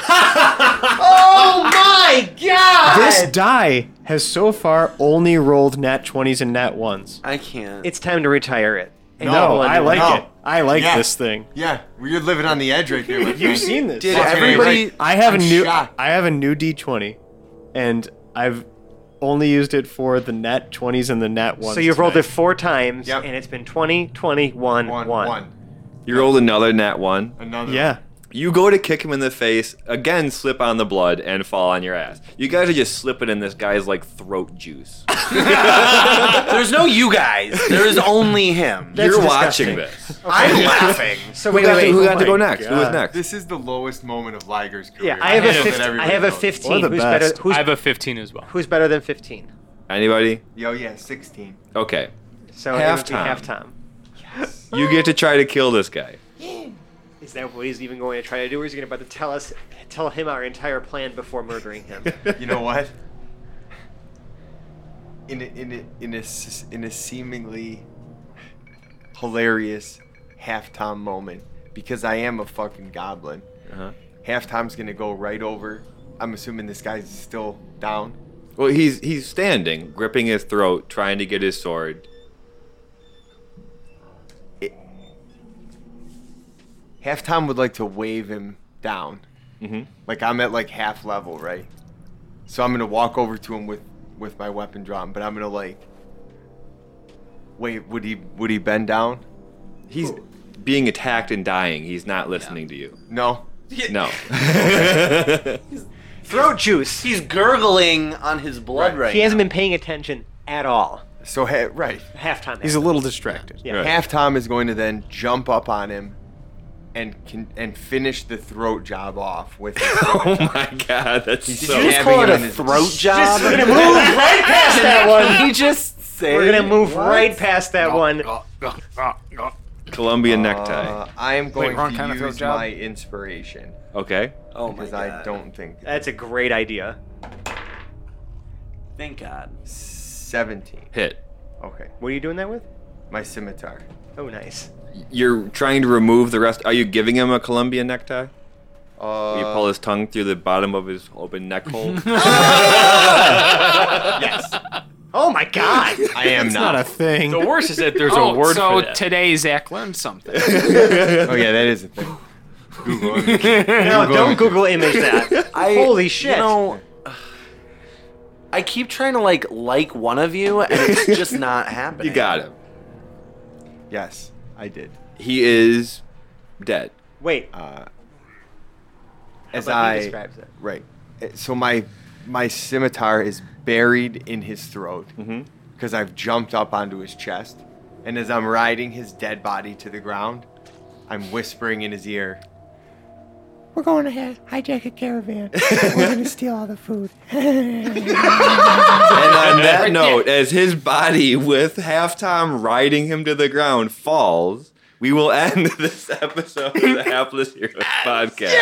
Oh my god!
This die has so far only rolled nat 20s and nat 1s.
I can't.
It's time to retire it.
No, I like
No.
it. I like
Yeah.
this thing.
Yeah, well, you're living on the edge right there. my
You've
friend.
seen this.
Did
Okay,
everybody?
like-
I have a
I'm
new
shocked.
I have a new D20 and I've only used it for the nat 20s and the nat 1s.
So you've rolled it four times,
Yep.
and it's been 20, 21,
One, one.
You rolled another nat one.
Another.
Yeah.
You go to kick him in the face, again slip on the blood and fall on your ass. You guys are just slipping in this guy's like throat juice.
There's no you guys. There is only him.
You're watching this.
I'm laughing.
So
Who
wait,
got,
wait,
to,
wait.
who got to go next? Who was
God.
next?
This is the lowest moment of Liger's career.
Yeah, I have a
know that
15. I
everybody
have a
knows.
15.
We're the
Who's
best.
better? Who's,
I have a 15 as well.
who's better than 15?
Anybody?
Yo, yeah, 16.
Okay.
So it would be
Halftime.
halftime.
You get to try to kill this guy.
Is that what he's even going to try to do? Or is he going to about to tell us, tell him our entire plan before murdering him?
You know what? In a, in a, in a, s- in a seemingly hilarious halftime moment, because I am a fucking goblin,
Uh-huh.
halftime's gonna go right over. I'm assuming this guy's still down.
Well, he's he's standing, gripping his throat, trying to get his sword.
Halftime would like to wave him down.
Mhm.
Like I'm at like half level, right? So I'm gonna walk over to him with with my weapon drawn, but I'm gonna like. Wait, would he would he bend down?
He's being attacked and dying. He's not listening to you.
No.
No.
Throat juice.
He's gurgling on his blood right,
He hasn't
now.
been paying attention at all.
So ha- right,
Halftime.
He's a little distracted.
Yeah.
Right.
halftime is going to then jump up on him, and can and finish the throat job off with. his
oh my god, that's
Did
so.
you just call it a
Throat job.
We're gonna move right past that one.
He just say.
We're gonna move right past that one.
Colombian
Uh,
necktie.
I am going
wrong
to
kind of throat
use
job?
my inspiration
Okay.
Oh my
because
god.
I don't think
That's a great idea.
Thank God.
seventeen.
Hit.
Okay,
What are you doing that with?
my scimitar.
Oh, nice.
You're trying to remove the rest. Are you giving him a Colombian necktie?
Uh,
you pull his tongue through the bottom of his open neck hole.
Oh my god!
I am
Not
not.
a thing.
The worst is that there's
oh,
a word
so
for that.
today Zach learned something.
oh yeah, that is a thing. Google it. Google
No, don't
image.
Google image that.
I-
Holy shit!
You know, I keep trying to like like one of you, and it's just not happening.
you got him.
Yes, I did.
He is dead.
Wait,
Uh, as
but
I
he describes it.
right, Uh, so my my scimitar is buried in his throat
Mhm.
because I've jumped up onto his chest, and as I'm riding his dead body to the ground, I'm whispering in his ear. We're going to hi- hijack a caravan. We're going to steal all the food.
And on that note, as his body with halftime riding him to the ground falls, we will end this episode of the Hapless Heroes podcast.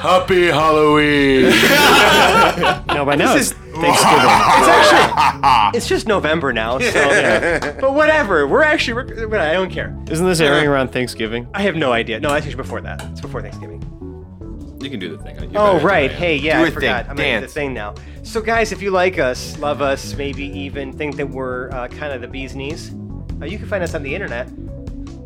Happy Halloween!
No, by now it's
It's just November now, so. But whatever. We're actually. We're, but I don't care.
Isn't this airing around Thanksgiving?
Uh-huh. I have no idea. No, that's actually before that. It's before Thanksgiving.
You can do the thing. You
Oh
better
right.
than I am.
Hey,
Do
yeah, I
a thing.
forgot. I'm gonna do the
Dance.
thing now. So guys, if you like us, love us, maybe even think that we're uh, kind of the bee's knees, uh, you can find us on the internet.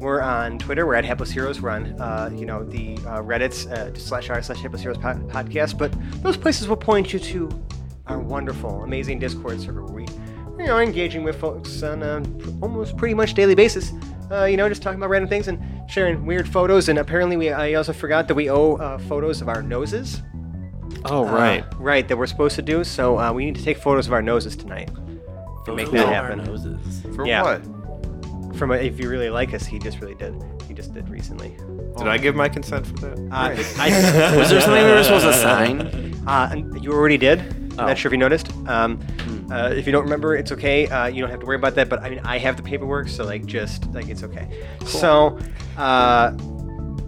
We're on Twitter. We're at Hapless Heroes. We're on, uh, you know, the uh, Reddit's uh, slash r slash Hapless Heroes pod- podcast. But those places will point you to our wonderful, amazing Discord server where we you know, are engaging with folks um, on a pr- almost pretty much daily basis. Uh, you know, just talking about random things and sharing weird photos. And apparently, we I also forgot that we owe uh, photos of our noses
Oh, right.
right that we're supposed to do. So uh, we need to take photos of our noses tonight and make that happen.
For
yeah.
what?
From a, if you really like us, he just really did. He just did recently.
Did I give my consent for that?
Uh, I,
Was there something we were supposed to sign? Oh.
uh, and you already did. I'm not sure if you noticed. Um,
Hmm.
uh, if you don't remember, it's okay. Uh, you don't have to worry about that. But I mean, I have the paperwork, so like, just like it's okay. So, uh,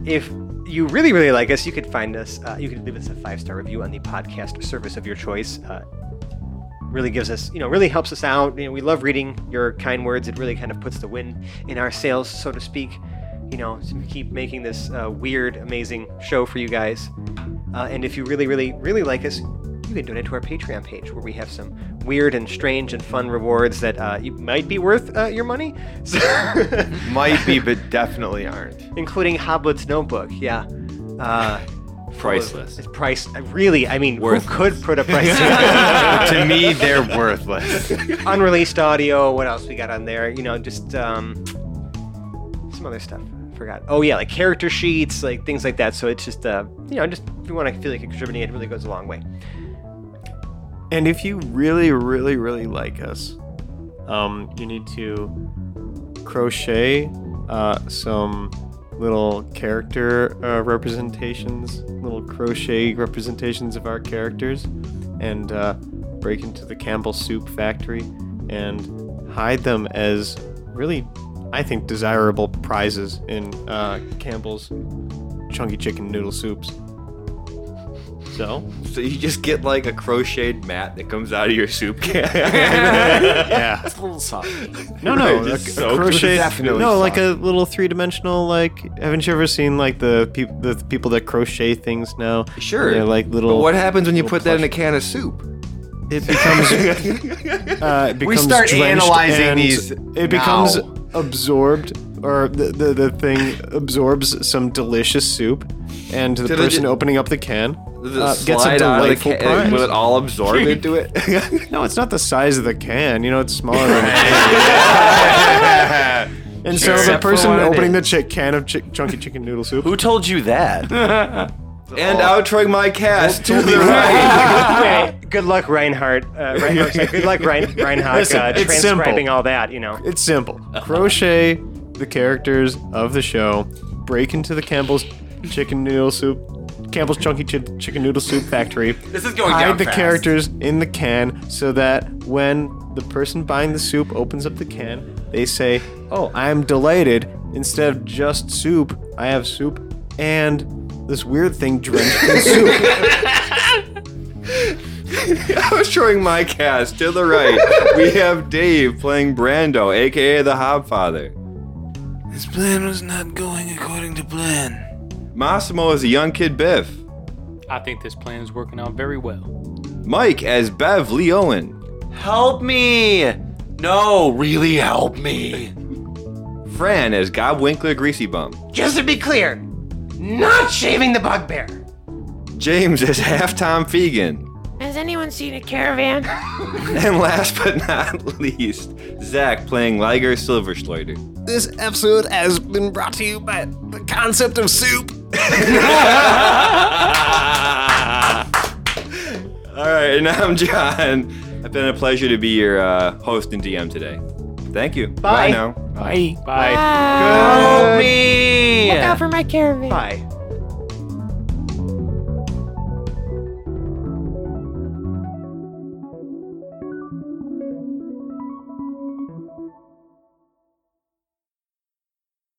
if you really really like us, you could find us. Uh, you could leave us a five star review on the podcast service of your choice. Uh, really gives us, you know, really helps us out. You know, we love reading your kind words. It really kind of puts the wind in our sails, so to speak. You know, to keep making this uh, weird, amazing show for you guys. Uh, and if you really, really, really like us, you can donate to our Patreon page, where we have some weird and strange and fun rewards that uh, you might be worth uh, your money, So-
Might be, but definitely aren't.
including Hoblet's Notebook. Yeah. Uh, full of-
Priceless.
It's price. Really, I mean,
Worthless.
who could put a price?
to me, they're worthless.
unreleased audio. What else we got on there? You know, just um, some other stuff. I forgot. Oh yeah, like character sheets, like things like that. So it's just uh, you know, just if you want to feel like you're contributing, it really goes a long way.
And if you really, really, really like us, um, you need to crochet uh, some little character uh, representations, little crochet representations of our characters, and uh, break into the Campbell Soup Factory and hide them as really, I think, desirable prizes in uh, Campbell's Chunky Chicken Noodle Soups. So,
So you just get like a crocheted mat that comes out of your soup can.
yeah.
It's a little soft.
No, no,
Right,
a,
just
a
soaked.
crochet.
Definitely
no,
soaked.
like a little three-dimensional. Like, haven't you ever seen like the peop the people that crochet things now?
Sure.
they're like little.
But what happens when you
little
put that in a
plush-
can of soup?
It becomes. uh, it becomes
We start
drenched
analyzing
and
these
It becomes
now.
absorbed, or the, the the thing absorbs some delicious soup, and the
Did it
person
ju-
opening up the can
Does it
uh, gets a
slide out of the
delightful
can?
prize.
Will it all absorb into it?
No, it's not the size of the can. You know, it's smaller than a can. And so the
Except for
person
what it
opening the chick can of chick- chunky chicken noodle soup.
Who told you that?
and outroing my cast to the right.
Okay, good luck, Reinhardt. Uh, Reinhardt sorry, good luck, Rein- Reinhardt.
Listen,
uh,
it's simple.
transcribing all that, you know.
It's simple. Crochet the characters of the show, break into the Campbell's chicken noodle soup, Campbell's chunky Chi- chicken noodle soup factory. This
is going
hide
down
the
fast.
characters in the can so that when the person buying the soup opens up the can, they say, "Oh, I am delighted." Instead of just soup, I have soup and this weird thing drenched in soup.
Showing my cast to the right, we have Dave playing Brando, aka the Hobfather.
This plan was not going according to plan.
Massimo is a young kid Biff.
I think this plan is working out very well.
Mike as Bev Lee Owen.
Help me! No, really help me.
Fran as Gob Winkler Greasy Bum.
Just to be clear, not shaving the bugbear.
James as Half Tom Fegan.
Has anyone seen a caravan?
And last but not least, Zach playing Liger Silverschleuder.
This episode has been brought to you by the concept of soup.
All right, and I'm John. It's been a pleasure to be your uh, host and DM today. Thank you.
Bye.
now.
Bye.
Help me! Look out for my caravan.
Bye.